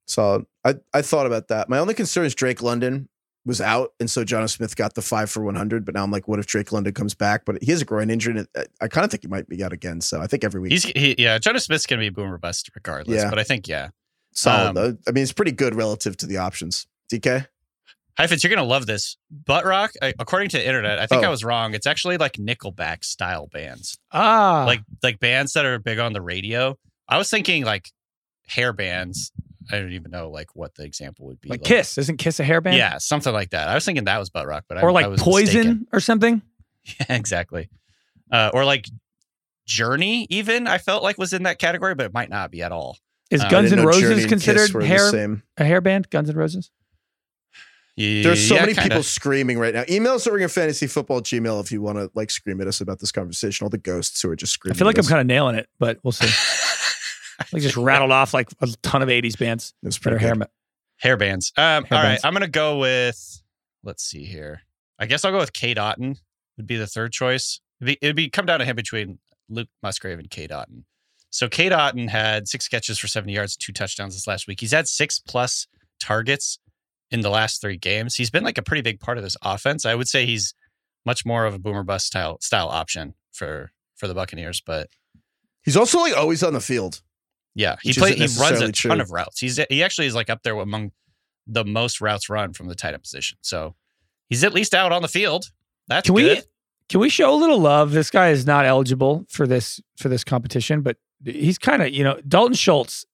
S4: So I, I thought about that. My only concern is Drake London was out, and so John Smith got the five for one hundred. But now I'm like, what if Drake London comes back? But he has a groin injury. And I, I kind of think he might be out again. So I think every week,
S5: He's he, yeah, Jonas Smith's gonna be boomer bust regardless.
S4: Yeah.
S5: But I think yeah,
S4: solid
S5: um,
S4: though. I mean, it's pretty good relative to the options. DK,
S5: Heifetz, you're gonna love this. Butt rock, I, according to the internet, I think
S4: Oh.
S5: I was wrong. It's actually like Nickelback style bands,
S6: Ah,
S5: like like bands that are big on the radio. I was thinking like hair bands. I don't even know like what the example would be.
S6: like Kiss. Isn't Kiss a hair band?
S5: yeah, something like that. I was thinking that was butt rock, but I,
S6: Or
S5: I
S6: like
S5: was
S6: Poison
S5: mistaken.
S6: or something?
S5: Yeah, exactly. Uh, or like Journey, even I felt like was in that category, but it might not be at all.
S6: Is
S5: Uh, I
S6: Guns
S4: I
S6: N'
S4: didn't know Journey
S6: Roses
S4: and Kiss were
S6: considered
S4: the
S6: hair,
S4: same.
S6: a hair band? Guns N' Roses?
S4: There's so
S5: Yeah,
S4: many
S5: kinda.
S4: people screaming right now. Email us at Ring of Fantasy Football Gmail if you want to like scream at us about this conversation. All the ghosts who are just
S6: I
S4: screaming.
S6: feel like
S4: at
S6: I'm
S4: us.
S6: kind of nailing it, but we'll see. like just rattled off like a ton of 80s bands
S4: It was
S6: that are
S4: pretty
S6: hair
S4: good.
S6: metal.
S5: Hair bands. Um,
S6: Hair
S5: all right,
S6: bands.
S5: I'm gonna go with. Let's see here. I guess I'll go with Kate Otten. Would be the third choice. It'd be, it'd be come down to him between Luke Musgrave and Kate Otten. So Kate Otten had six catches for 70 yards, two touchdowns this last week. He's had six plus targets in the last three games. He's been like a pretty big part of this offense. I would say he's much more of a boomer bust style style option for for the Buccaneers, but
S4: He's also like always on the field.
S5: Yeah, he
S4: Which
S5: plays.
S4: isn't
S5: He runs a
S4: necessarily
S5: ton
S4: true.
S5: of routes. He's he actually is like up there among the most routes run from the tight end position. So he's at least out on the field. That's
S6: Can we-
S5: good.
S6: Can we show a little love? This guy is not eligible for this for this competition, but he's kind of you know Dalton Schultz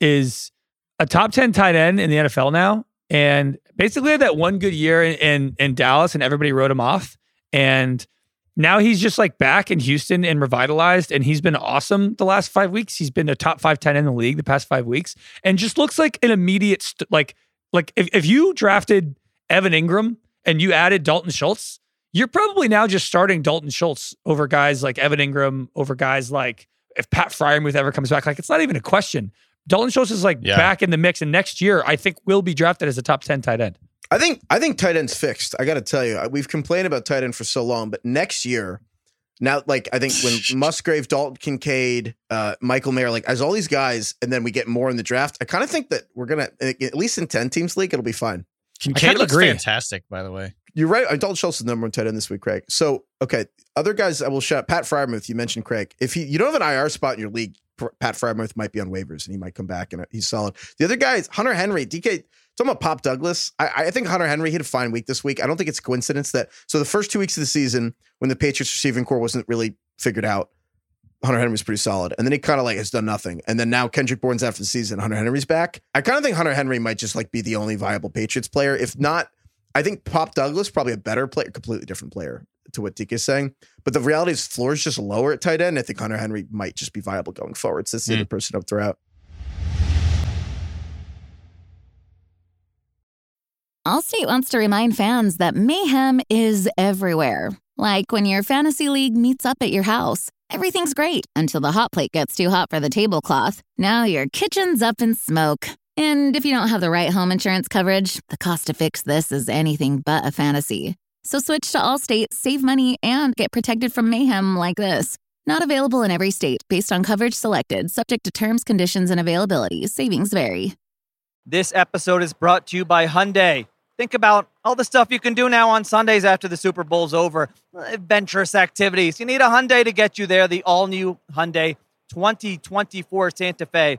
S6: is a top ten tight end in the NFL now, and basically had that one good year in in, in Dallas, and everybody wrote him off, and now he's just like back in Houston and revitalized, and he's been awesome the last five weeks. He's been a top five tight end in the league the past five weeks, and just looks like an immediate st- like like if if you drafted Evan Ingram and you added Dalton Schultz you're probably now just starting Dalton Schultz over guys like Evan Ingram, over guys like if Pat Fryermuth ever comes back. Like it's not even a question. Dalton Schultz is like
S5: Yeah.
S6: back in the mix, and next year I think will be drafted as a top ten tight end.
S4: I think I think tight end's fixed. I got to tell you, I- we've complained about tight end for so long, but next year, now like I think when Musgrave, Dalton Kincaid, uh, Michael Mayer, like as all these guys, and then we get more in the draft. I kind of think that we're gonna at least in ten teams league, it'll be fine.
S5: Kincaid
S6: kinda
S5: looks
S6: agree.
S5: fantastic, by the way.
S4: You're right. Dalton Schultz is the number one tight end this week, Craig. So okay, other guys I will shout. Pat Fryermuth, you mentioned Craig. If he, you don't have an IR spot in your league, P- Pat Fryermuth might be on waivers and he might come back and uh, he's solid. The other guy is Hunter Henry. DK, talking about Pop Douglas. I, I think Hunter Henry hit a fine week this week. I don't think it's a coincidence that so the first two weeks of the season when the Patriots receiving core wasn't really figured out. Hunter Henry's pretty solid. And then he kind of like has done nothing. And then now Kendrick Bourne's out for the season. Hunter Henry's back. I kind of think Hunter Henry might just like be the only viable Patriots player. If not, I think Pop Douglas probably a better player, completely different player to what Deke is saying. But the reality is floor is just lower at tight end. I think Hunter Henry might just be viable going forward. So that's the
S5: Hmm.
S4: other person up throughout.
S2: Allstate wants to remind fans that mayhem is everywhere. Like when your fantasy league meets up at your house, everything's great until the hot plate gets too hot for the tablecloth. Now your kitchen's up in smoke. And if you don't have the right home insurance coverage, the cost to fix this is anything but a fantasy. So switch to Allstate, save money, and get protected from mayhem like this. Not available in every state based on coverage selected, subject to terms, conditions, and availability. Savings vary.
S3: This episode is brought to you by Hyundai. Think about all the stuff you can do now on Sundays after the Super Bowl's over. Adventurous activities. You need a Hyundai to get you there. The all-new Hyundai 2024 Santa Fe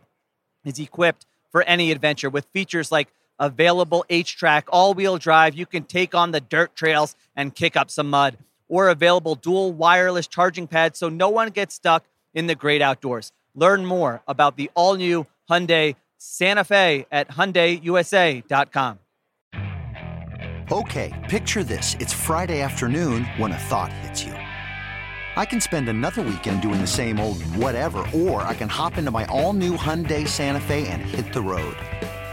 S3: is equipped for any adventure with features like available H-track, all-wheel drive. You can take on the dirt trails and kick up some mud. Or available dual wireless charging pads so no one gets stuck in the great outdoors. Learn more about the all-new Hyundai Santa Fe at HyundaiUSA.com.
S7: Okay, picture this. It's Friday afternoon when a thought hits you. I can spend another weekend doing the same old whatever, or I can hop into my all-new Hyundai Santa Fe and hit the road.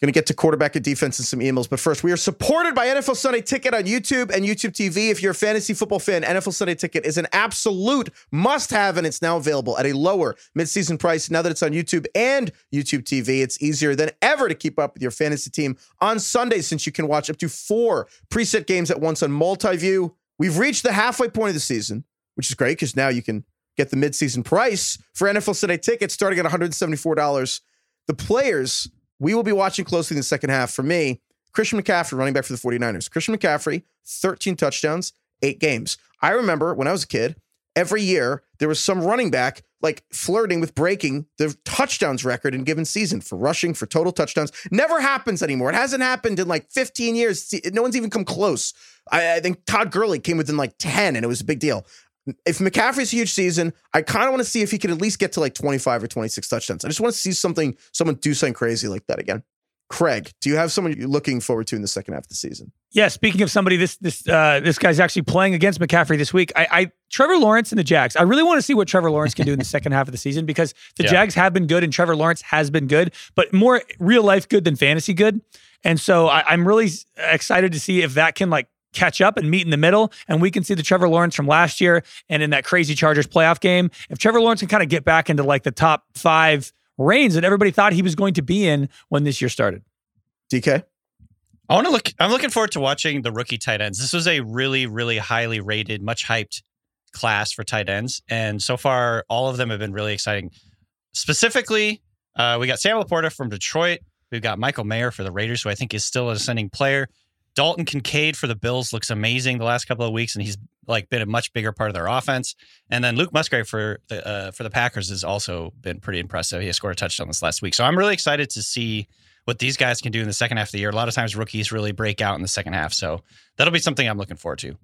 S4: Going to get to quarterback and defense and some emails, but first, we are supported by NFL Sunday Ticket on YouTube and YouTube TV. If you're a fantasy football fan, NFL Sunday Ticket is an absolute must-have, and it's now available at a lower mid-season price. Now that it's on YouTube and YouTube TV, it's easier than ever to keep up with your fantasy team on Sunday, since you can watch up to four preset games at once on multi-view. We've reached the halfway point of the season, which is great because now you can get the mid-season price for NFL Sunday Tickets starting at 174 dollars the players we will be watching closely in the second half. For me, Christian McCaffrey, running back for the 49ers. Christian McCaffrey, 13 touchdowns, eight games. I remember when I was a kid, every year there was some running back like flirting with breaking the touchdowns record in a given season for rushing for total touchdowns. Never happens anymore. It hasn't happened in like 15 years. See, No one's even come close. I, I think Todd Gurley came within like 10 and it was a big deal if McCaffrey's a huge season, I kind of want to see if he can at least get to like 25 or 26 touchdowns. I just want to see something, someone do something crazy like that again. Craig, do you have someone you're looking forward to in the second half of the season?
S6: Yeah, speaking of somebody, this this uh, this guy's actually playing against McCaffrey this week. I, I Trevor Lawrence and the Jags. I really want to see what Trevor Lawrence can do in the second half of the season because the
S5: Yeah.
S6: Jags have been good and Trevor Lawrence has been good, but more real life good than fantasy good. And so I, I'm really s- excited to see if that can like catch up and meet in the middle, and we can see the Trevor Lawrence from last year and in that crazy Chargers playoff game. If Trevor Lawrence can kind of get back into like the top five reigns that everybody thought he was going to be in when this year started.
S4: DK?
S5: I want to look. I'm looking forward to watching the rookie tight ends. This was a really, really highly rated, much hyped class for tight ends, and so far all of them have been really exciting. Specifically, uh, we got Sam Laporta from Detroit. We've got Michael Mayer for the Raiders, who I think is still an ascending player. Dalton Kincaid for the Bills looks amazing the last couple of weeks, and he's like been a much bigger part of their offense. And then Luke Musgrave for the uh, for the Packers has also been pretty impressive. He has scored a touchdown this last week, so I'm really excited to see what these guys can do in the second half of the year. A lot of times rookies really break out in the second half, so that'll be something I'm looking forward to.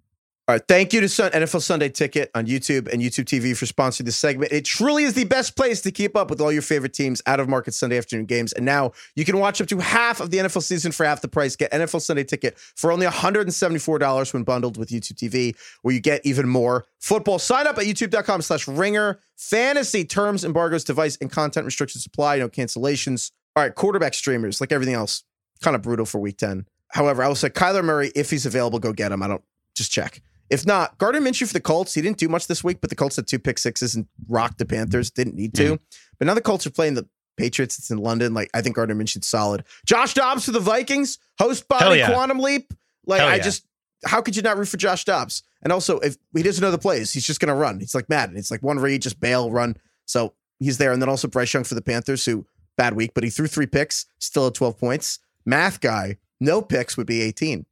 S4: All right. Thank you to Sun NFL Sunday Ticket on YouTube and YouTube TV for sponsoring this segment. It truly is the best place to keep up with all your favorite teams out of market Sunday afternoon games. And now you can watch up to half of the NFL season for half the price. Get NFL Sunday Ticket for only $174 when bundled with YouTube TV, where you get even more football. Sign up at youtube.com slash ringer fantasy terms, embargoes, device, and content restrictions supply. No cancellations. All right. Quarterback streamers, like everything else, kind of brutal for week 10. However, I will say Kyler Murray, if he's available, go get him. I don't just check. If not, Gardner Minshew for the Colts. He didn't do much this week, but the Colts had two pick sixes and rocked the Panthers. Didn't need
S5: Mm-hmm.
S4: to. But now the Colts are playing the Patriots. It's in London. Like I think Gardner Minshew's solid. Josh Dobbs for the Vikings. Host
S5: Hell
S4: body
S5: yeah.
S4: quantum leap. Like
S5: Hell
S4: I
S5: yeah.
S4: just how could you not root for Josh Dobbs? And also, if he doesn't know the plays, he's just gonna run. It's like Madden. It's like one read, just bail, run. So he's there. And then also Bryce Young for the Panthers, who bad week, but he threw three picks, still at 12 points. Math guy, no picks would be 18.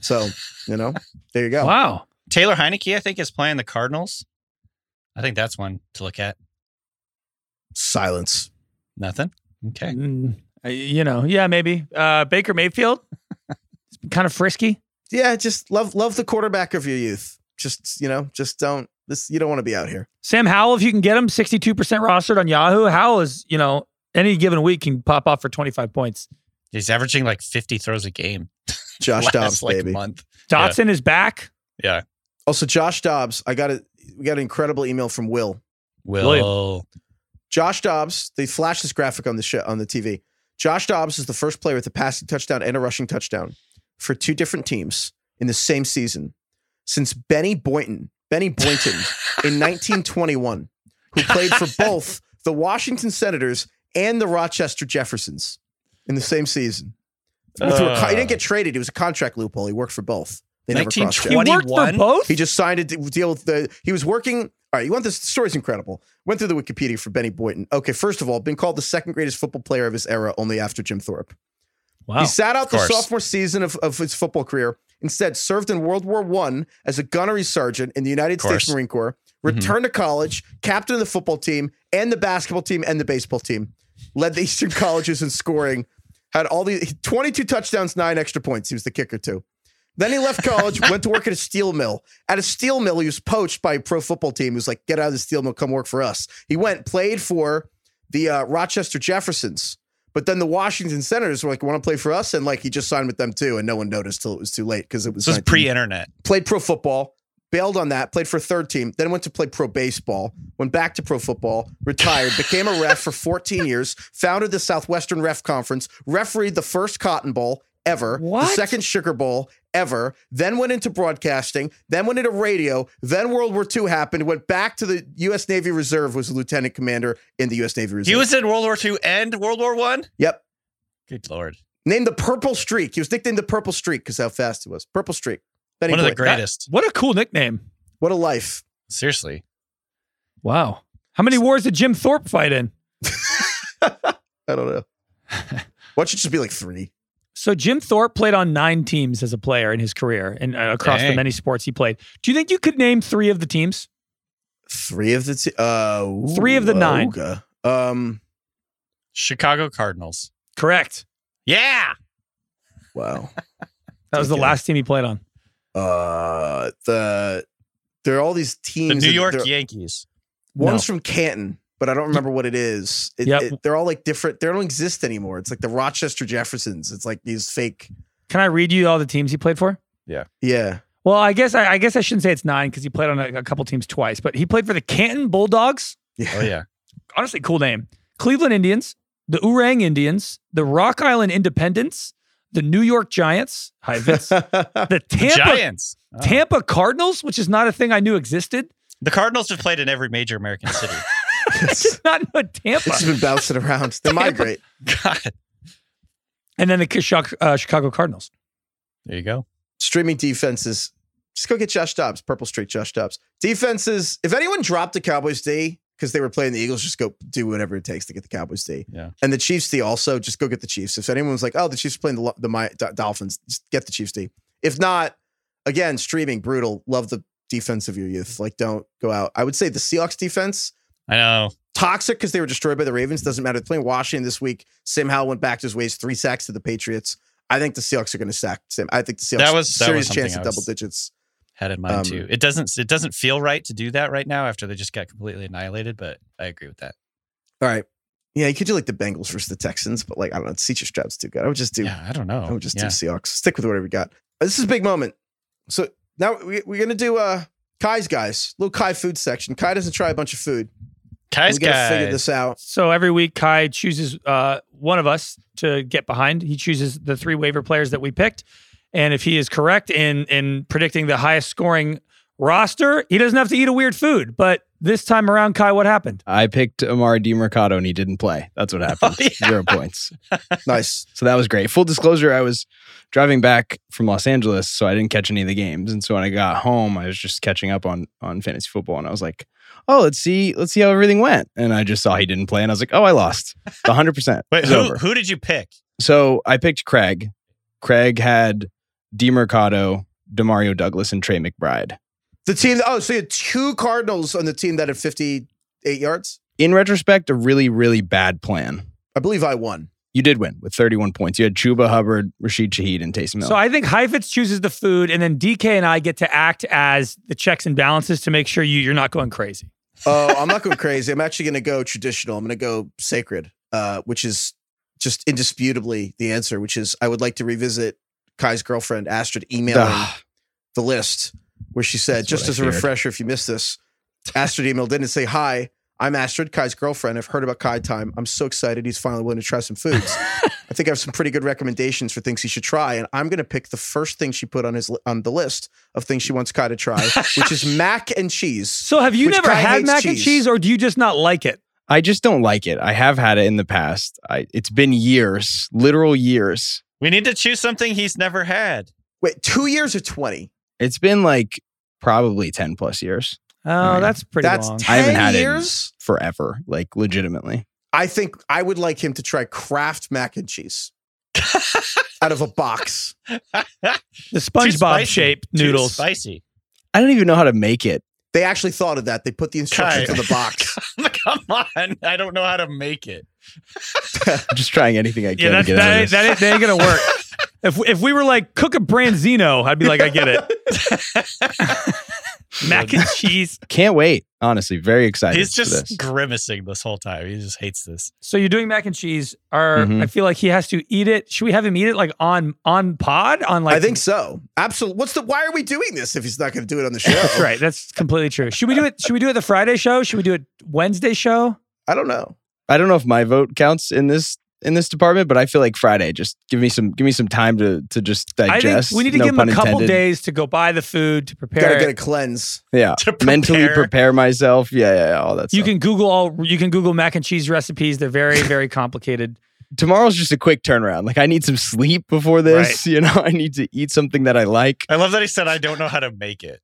S4: So, you know, there you go.
S6: Wow.
S5: Taylor Heineke, I think, is playing the Cardinals. I think that's one to look at.
S4: Silence.
S5: Nothing. Okay.
S6: Mm, I- you know, yeah, maybe. Uh, Baker Mayfield. It's been kind of frisky.
S4: yeah, just love love the quarterback of your youth. Just you know, just don't this. You don't want to be out here.
S6: Sam Howell, if you can get him, 62% rostered on Yahoo. Howell is, you know, any given week can pop off for 25 points.
S5: He's averaging like 50 throws a game.
S4: Josh
S5: last,
S4: Dobbs,
S5: like
S4: baby.
S5: month.
S6: Dotson is back.
S4: Also, Josh Dobbs. I got a we got an incredible email from Will.
S5: Will.
S4: Josh Dobbs. They flashed this graphic on the show on the TV. Josh Dobbs is the first player with a passing touchdown and a rushing touchdown for two different teams in the same season since Benny Boynton. Benny Boynton in 1921, who played for both the Washington Senators and the Rochester Jeffersons in the same season. Well,
S5: Uh,
S4: through a con- he didn't get traded. It was a contract loophole. He worked for both. They never crossed
S6: He
S4: him.
S5: 1920.
S6: worked
S5: 21?
S6: for both.
S4: He just signed a d- deal with the. He was working. All right, you want this the story's incredible. Went through the Wikipedia for Benny Boynton. Okay, first of all, been called the second greatest football player of his era, only after Jim Thorpe.
S6: wow.
S4: He sat out the
S5: course.
S4: sophomore season of, of his football career. Instead, served in World War One as a gunnery sergeant in the United
S5: course. Mm-hmm.
S4: States Marine Corps. Returned to college, captain of the football team and the basketball team and the baseball team. Led the Eastern colleges in scoring. Had all the 22 touchdowns, nine extra points. He was the kicker too. Then he left college, went to work at a steel mill. At a steel mill, he was poached by a pro football team. He was like, "Get out of the steel mill, come work for us." He went, played for the uh, Rochester Jeffersons, but then the Washington Senators were like, "Want to play for us?" And like, he just signed with them too, and no one noticed till it was too late because it was,
S5: This was
S4: 19
S5: pre internet.
S4: played pro football, bailed on that, played for a third team, then went to play pro baseball, went back to pro football, retired, became a ref for 14 years, founded the Southwestern Ref Conference, refereed the first Cotton Bowl ever,
S6: What?
S4: the second Sugar Bowl ever, then went into broadcasting, then went into radio, then World War II happened, went back to the U.S. Navy Reserve, was a lieutenant commander in the U.S. Navy Reserve.
S5: He was in World War II and World War One.
S4: yep.
S5: Good lord.
S4: Named the Purple Streak. He was nicknamed the Purple Streak because how fast he was. Purple Streak. Benny
S5: One of the
S4: Boyd.
S5: greatest.
S6: what a cool nickname.
S4: What a life.
S5: Seriously.
S6: Wow. How many wars did Jim Thorpe fight in?
S4: I don't know. Why should it just be like three?
S6: So Jim Thorpe played on nine teams as a player in his career and uh, across the
S5: Dang.
S6: many sports he played. Do you think you could name three of the teams?
S4: Three of the t- uh, ooh,
S6: Three of the nine.
S4: okay. Um,
S5: Chicago Cardinals.
S6: Correct.
S5: Yeah.
S4: wow.
S6: That was the
S4: Okay.
S6: last team he played on.
S4: Uh, the there are all these teams.
S5: The New
S4: and
S5: York
S4: they're-
S5: Yankees.
S4: One's from Canton, but I don't remember what it is. It,
S6: Yep.
S4: it- they're all like different. They don't exist anymore. It's like the Rochester Jeffersons. It's like these fake.
S6: Can I read you all the teams he played for?
S4: Yeah.
S6: Well, I guess I, I guess I shouldn't say it's nine because he played on a, a couple teams twice, but he played for the Canton Bulldogs.
S4: Yeah.
S5: Oh yeah.
S6: Honestly, cool name. Cleveland Indians, the Oorang Indians, the Rock Island Independents, the New York Giants, hi Vince, the
S5: The
S6: Tampa
S5: Giants. Oh.
S6: Tampa Cardinals, which is not a thing I knew existed.
S5: The Cardinals have played in every major American city.
S6: I did not know Tampa.
S4: it's just been bouncing around. They migrate.
S5: God.
S6: and then the Chicago, uh, Chicago Cardinals.
S5: There you go.
S4: Streaming defenses Just go get Josh Dobbs, Purple Street Josh Dobbs. Defenses, if anyone dropped the Cowboys D because they were playing the Eagles, just go do whatever it takes to get the Cowboys D.
S5: Yeah.
S4: And the Chiefs D also, just go get the Chiefs. If anyone was like, oh, the Chiefs are playing the, Lo- the My, Do- Dolphins, just get the Chiefs D. If not, again, streaming, brutal. Love the defense of your youth. Like, don't go out. I would say the Seahawks defense,
S5: I know.
S4: toxic because they were destroyed by the Ravens. Doesn't matter. They're playing Washington this week. Sam Howell went back to his ways, three sacks to the Patriots. I think the Seahawks are going to sack Sam. I think the Seahawks
S5: That was- that
S4: serious
S5: was something
S4: chance
S5: I
S4: of
S5: was-
S4: double digits.
S5: Had in mind
S4: Um,
S5: too. It doesn't. It doesn't feel right to do that right now after they just got completely annihilated. But I agree with that.
S4: All right. Yeah, you could do like the Bengals versus the Texans, but like I don't know, Seacher Stroud's too good. I would just do
S5: yeah, I don't know.
S4: I would just
S5: yeah.
S4: do Seahawks. Stick with whatever we got. Uh, This is a big moment. So now we, we're gonna do uh Kai's guys, little Kai food section. Kai doesn't try a bunch of food.
S5: Kai's
S4: we gotta
S5: guy.
S4: figure this out.
S6: So every week, Kai chooses uh, one of us to get behind. He chooses the three waiver players that we picked, and if he is correct in in predicting the highest scoring roster, he doesn't have to eat a weird food. But this time around, Kai, what happened?
S8: I picked Amari DiMercato and he didn't play. That's what happened.
S5: Oh, yeah.
S8: Zero points.
S4: Nice.
S8: So that was great. Full disclosure, I was driving back from Los Angeles, so I didn't catch any of the games. And so when I got home, I was just catching up on on fantasy football and I was like, "Oh, let's see, let's see how everything went." And I just saw he didn't play and I was like, "Oh, I lost." 100%.
S5: Wait,
S8: It's
S5: who,
S8: over.
S5: who did you pick?
S8: So I picked Craig. Craig had DiMercato, Demario Douglas and Trey McBride.
S4: The team oh, so you had two Cardinals on the team that had 58 yards.
S8: In retrospect, a really really bad plan.
S4: I believe I won.
S8: You did win with 31 points. You had Chuba Hubbard, Rashid Shaheed, and Taysom Hill.
S6: So I think Heifetz chooses the food, and then DK and I get to act as the checks and balances to make sure you you're not going crazy.
S4: Oh, I'm not going crazy. I'm actually going to go traditional. I'm going to go sacred, uh, which is just indisputably the answer. Which is, I would like to revisit Kai's girlfriend Astrid emailing
S8: Ah.
S4: the list where she said,
S8: That's
S4: just
S8: what I
S4: as a
S8: feared.
S4: refresher, if you missed this, Astrid emailed didn't say hi. I'm Astrid, Kai's girlfriend. I've heard about Kai time. I'm so excited. He's finally willing to try some foods. I think I have some pretty good recommendations for things he should try, and I'm going to pick the first thing she put on his li- on the list of things she wants Kai to try, which is mac and cheese.
S6: So have you
S4: Which
S6: never
S4: Kai
S6: had
S4: hates
S6: mac and
S4: cheese.
S6: cheese, or do you just not like it?
S8: I just don't like it. I have had it in the past. I, it's been years, literal years.
S5: We need to choose something he's never had.
S4: Wait, two years or twenty?
S8: It's been like probably 10 plus years
S6: Oh,
S8: yeah.
S6: that's pretty
S4: That's
S6: long.
S8: I haven't
S4: 10
S8: had it in-
S4: years.
S8: forever, like legitimately.
S4: I think I would like him to try Kraft mac and cheese out of a box.
S6: the
S5: Too
S6: SpongeBob
S5: spicy.
S6: shaped
S5: Too
S6: noodles.
S5: spicy.
S8: I don't even know how to make it.
S4: They actually thought of that. They put the instructions
S5: Kai.
S4: in the box.
S5: Come on. I don't know how to make it.
S8: I'm just trying anything I can.
S6: Yeah, that's,
S8: to get out
S6: that,
S8: of
S6: ain't,
S8: this.
S6: that, ain't, that ain't gonna work. if if we were like cook a branzino, I'd be like, I get it. Mac and cheese.
S8: Can't wait. Honestly, very excited.
S5: He's
S8: for
S5: just
S8: this.
S5: grimacing this whole time. He just hates this.
S6: So you're doing mac and cheese. Or
S8: Mhm.
S6: I feel like he has to eat it. Should we have him eat it like on on pod? On like
S4: I think so. Absolutely. What's the? Why are we doing this if he's not going to do it on the show?
S6: that's right. That's completely true. Should we do it? Should we do it the Friday show? Should we do it Wednesday show?
S4: I don't know.
S8: I don't know if my vote counts in this in this department, but I feel like Friday. Just give me some give me some time to to just
S6: I
S8: digest.
S6: think we need to
S8: no
S6: give him
S8: pun
S6: a couple
S8: intended.
S6: days to go buy the food to prepare.
S4: Gotta get a
S6: it.
S4: cleanse.
S8: Yeah,
S5: To
S8: mentally
S5: prepare.
S8: prepare myself. Yeah, yeah, yeah all that.
S6: You
S8: stuff.
S6: can Google all. You can Google mac and cheese recipes. They're very very complicated.
S8: Tomorrow's just a quick turnaround. Like I need some sleep before this. You know, I need to eat something that I like.
S5: I love that he said, I don't know how to make it.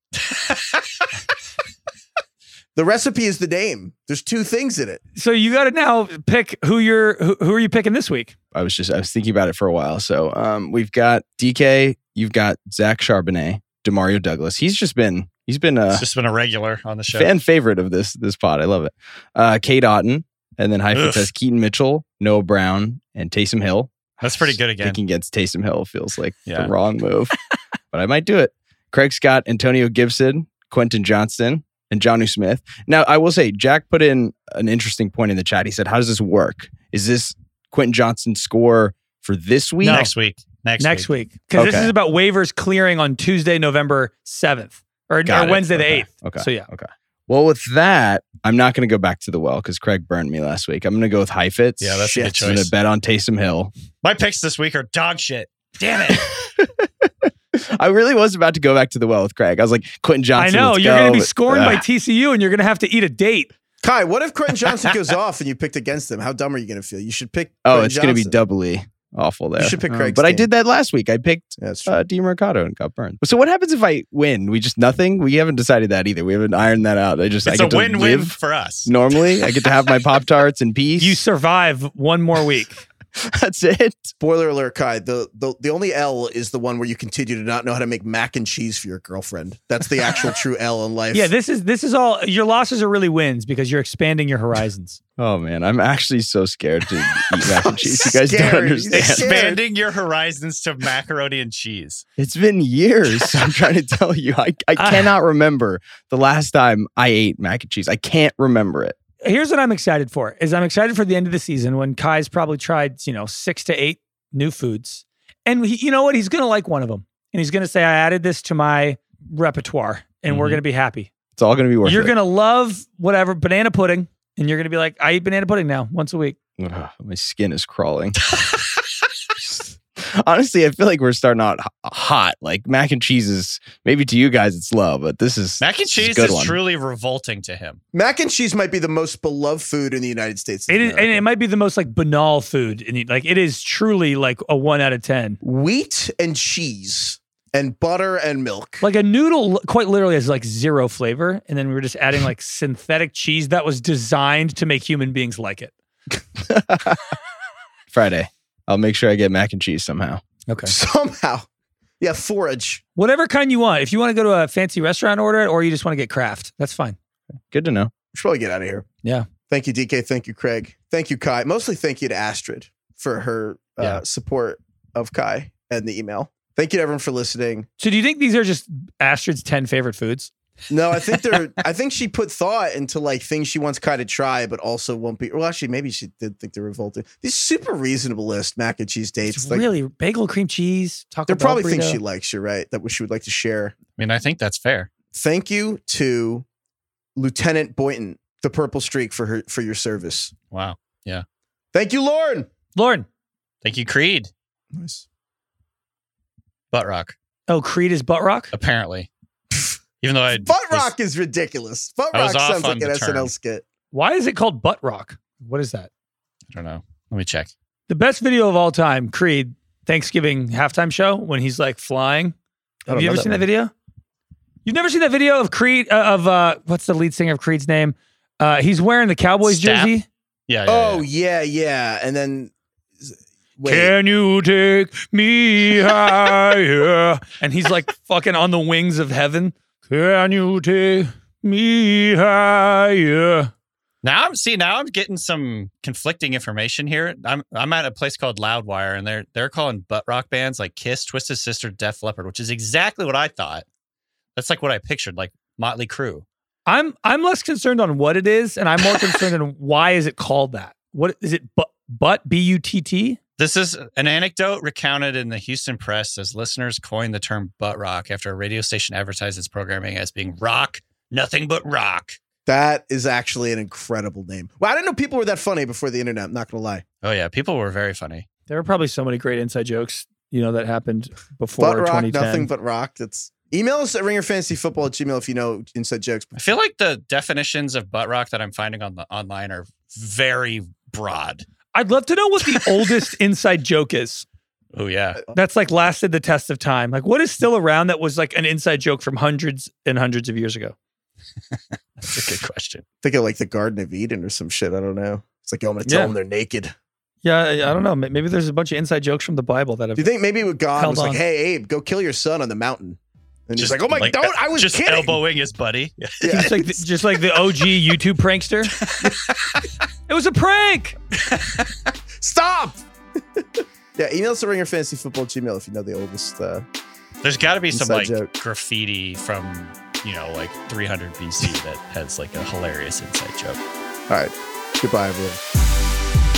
S4: The recipe is the name. There's two things in it.
S6: So you got to now pick who you're. Who, who are you picking this week?
S8: I was just I was thinking about it for a while. So um, we've got DK. You've got Zach Charbonnet, Demario Douglas. He's just been he's been a
S4: Uh.
S5: It's just been a regular on the show.
S8: fan favorite of this this pod. I love it. Uh, Kate Otten, and then Heifetz
S5: Ugh.
S8: says Keaton Mitchell, Noah Brown, and Taysom Hill.
S5: That's pretty good again.
S8: Picking against Taysom Hill feels like
S5: Yeah.
S8: the wrong move, but I might do it. Craig Scott, Antonio Gibson, Quentin Johnston, and Johnu Smith. Now, I will say, Jack put in an interesting point in the chat. He said, "How does this work? Is this Quentin Johnson's score for this week?
S5: Next week. Next,
S6: next week because this
S8: Okay.
S6: is about waivers clearing on Tuesday, November seventh, or,
S8: Got
S6: or
S8: it.
S6: Wednesday the
S8: Okay.
S6: eighth.
S8: Okay.
S6: So yeah,
S8: Well, with that, I'm not going to go back to the well because Craig burned me last week. I'm going to go with Heifetz.
S5: Yeah, that's a good
S4: Shit.
S8: I'm going
S5: choice.
S8: to bet on Taysom Hill.
S5: My picks this week are dog shit. Damn it.
S8: I really was about to go back to the well with Craig. I was like, Quentin Johnson.
S6: I know
S8: let's
S6: you're
S8: go. Ah.
S6: going to be scoring by
S8: Ugh.
S6: TCU, and you're going to have to eat a date.
S4: Kai, what if Quentin Johnson goes off and you picked against him? How dumb are you going to feel? You should pick.
S8: oh,
S4: Quentin
S8: it's going to be
S4: Johnson.
S8: doubly awful there.
S4: You should pick
S8: Um,
S4: Craig's
S8: but I
S4: team.
S8: did that last week. I picked
S4: That's true.
S8: uh, D. Mercado and got burned. So what happens if I win? We just nothing. We haven't decided that either. We haven't ironed that out. I just
S5: It's
S8: I
S5: a
S8: get to
S5: win win
S8: live
S5: for us.
S8: normally. I get to have my pop tarts in peace.
S6: You survive one more week.
S8: That's it.
S4: Spoiler alert, Kai. The, the the only L is the one where you continue to not know how to make mac and cheese for your girlfriend. That's the actual true L in life.
S6: yeah, this is this is all your losses are really wins because you're expanding your horizons.
S8: Oh man, I'm actually so scared to eat mac and cheese. You guys
S4: Scared.
S8: don't understand.
S4: Scared.
S5: Expanding your horizons to macaroni and cheese.
S8: It's been years. I'm trying to tell you. I, I
S6: Ah.
S8: cannot remember the last time I ate mac and cheese. I can't remember it.
S6: Here's what I'm excited for: is I'm excited for the end of the season when Kai's probably tried you know six to eight new foods, and he, you know what? He's gonna like one of them, and he's gonna say, "I added this to my repertoire," and we're
S8: Mhm.
S6: gonna be happy.
S8: It's all going to be worth
S6: you're
S8: it.
S6: gonna love whatever banana pudding, and you're gonna be like, "I eat banana pudding now once a week."
S8: Ugh, my skin is crawling. Honestly, I feel like we're starting out h- hot. Like mac and cheese is maybe to you guys it's low, but this is
S5: Mac and
S8: this a
S5: cheese
S8: good
S5: is
S8: one.
S5: truly revolting to him.
S4: mac and cheese might be the most beloved food in the United States. of
S6: It is, and
S4: America.
S6: it might be the most like banal food, and like it is truly like a one out of ten.
S4: Wheat and cheese and butter and milk.
S6: Like a noodle, li- quite literally, has like zero flavor, and then we were just adding like synthetic cheese that was designed to make human beings like it.
S8: Friday. I'll make sure I get mac and cheese somehow.
S6: Okay.
S4: Somehow. Yeah, forage.
S6: Whatever kind you want. If you want to go to a fancy restaurant, order it, or you just want to get craft, that's fine.
S8: Good to know.
S4: We should probably get out of here.
S6: Yeah.
S4: Thank you, DK. Thank you, Craig. Thank you, Kai. Mostly thank you to Astrid for her uh,
S5: Yeah.
S4: support of Kai and the email. Thank you to everyone for listening.
S6: So, do you think these are just Astrid's ten favorite foods?
S4: No, I think they're I think she put thought into like things she wants Kai to try, but also won't be well, actually, maybe she did think they're revolting. These super reasonable list, mac and cheese dates.
S6: It's
S4: like,
S6: really bagel, cream cheese, taco.
S4: they're
S6: Bell
S4: probably things
S6: burrito.
S4: she likes, you're right, that she would like to share.
S5: I mean, I think that's fair.
S4: Thank you to Lieutenant Boynton, the purple streak for her for your service.
S5: Wow.
S4: Thank you, Lauren.
S6: Lauren.
S5: Thank you, Creed.
S4: Nice.
S5: Butt rock,
S6: Oh, Creed is butt rock.
S5: apparently. Even though I
S4: Butt
S5: was-
S4: Rock is ridiculous. Butt
S5: I
S4: Rock
S5: was off
S4: sounds
S5: on
S4: like an
S5: the term.
S4: SNL skit.
S6: Why is it called butt rock? What is that?
S5: I don't know. Let me check.
S6: The best video of all time, Creed Thanksgiving halftime show when he's like flying.
S4: I don't
S6: Have you
S4: know
S6: ever
S4: that
S6: seen that
S4: one.
S6: video? You've never seen that video of Creed uh, of uh, what's the lead singer of Creed's name? Uh, he's wearing the Cowboys
S5: Stapp?
S6: jersey.
S5: Yeah. yeah,
S4: Oh
S5: yeah.
S4: yeah, yeah. And then wait,
S6: Can you take me higher? And he's like fucking on the wings of heaven. Can you take me higher?
S5: Now I'm see now I'm getting some conflicting information here. I'm I'm at a place called Loudwire and they're they're calling butt rock bands like Kiss, Twisted Sister, Def Leppard, which is exactly what I thought. That's like what I pictured, like Motley Crue.
S6: I'm I'm less concerned on what it is, and I'm more concerned on why is it called that? What is it? But butt b u t t.
S5: This is an anecdote recounted in the Houston Press as listeners coined the term butt rock after a radio station advertised its programming as being rock, nothing but rock.
S4: that is actually an incredible name. Well, I didn't know people were that funny before the internet. I'm not gonna lie.
S5: Oh yeah, people were very funny.
S6: There were probably so many great inside jokes, you know, that happened before
S4: Butt Rock,
S6: 2010.
S4: nothing but rock. That's email us at ringerfantasyfootball at gmail if you know inside jokes.
S5: I feel like the definitions of butt rock that I'm finding on the online are very broad.
S6: I'd love to know what the oldest inside joke is.
S5: Oh
S4: Uh,
S5: yeah.
S6: That's like lasted the test of time. Like what is still around that was like an inside joke from hundreds and hundreds of years ago?
S5: That's a good question.
S4: Think of like the Garden of Eden or some shit. I don't know. It's like, yo, I'm gonna tell
S6: Yeah.
S4: them they're naked.
S6: Yeah, I I don't know. May- Maybe there's a bunch of inside jokes from the Bible that have
S4: Do you think maybe with God
S6: Held
S4: was
S6: on.
S4: like, hey Abe, go kill your son on the mountain? And he's
S5: Just
S4: like, oh my,
S5: like-
S4: don't! I was
S5: just
S4: kidding.
S5: elbowing his buddy. Yeah.
S4: Yeah.
S6: just like the, just like the OG YouTube prankster. it was a prank.
S4: Stop. yeah, email us at ringerfantasyfootball at gmail if you know the oldest. Uh,
S5: There's got to be some
S4: Inside
S5: like
S4: joke.
S5: graffiti from you know like 300 BC that has like a hilarious inside joke.
S4: all right. Goodbye, everyone.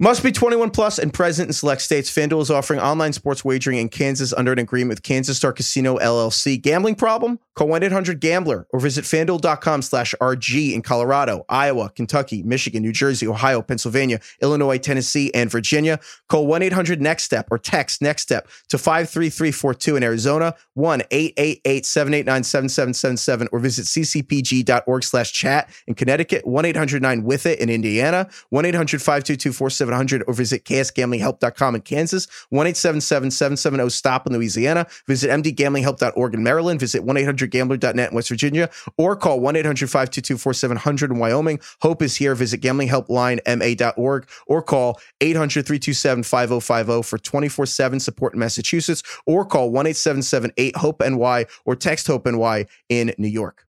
S4: Must be 21 plus and present in select states. FanDuel is offering online sports wagering in Kansas under an agreement with Kansas Star Casino LLC. Gambling problem? Call 1-800-GAMBLER or visit FanDuel.com slash RG in Colorado, Iowa, Kentucky, Michigan, New Jersey, Ohio, Pennsylvania, Illinois, Tennessee, and Virginia. Call 1-800-NEXT-STEP or text NEXT STEP to 53342 in Arizona, 1-888-789-7777 or visit ccpg.org slash chat in Connecticut, 1-800-9-WITH-IT in Indiana, 1-800-522-4700 or visit ksgamblinghelp.com in Kansas, 1-877-770-STOP in Louisiana, visit mdgamblinghelp.org in Maryland, visit 1-800-GAMBLER.net in West Virginia, or call 1-800-522-4700 in Wyoming. Hope is here. Visit gamblinghelplinema.org or call 800-327-5050 for 24-7 support in Massachusetts or call 1-877-8-HOPE-NY or text HOPE-NY in New York.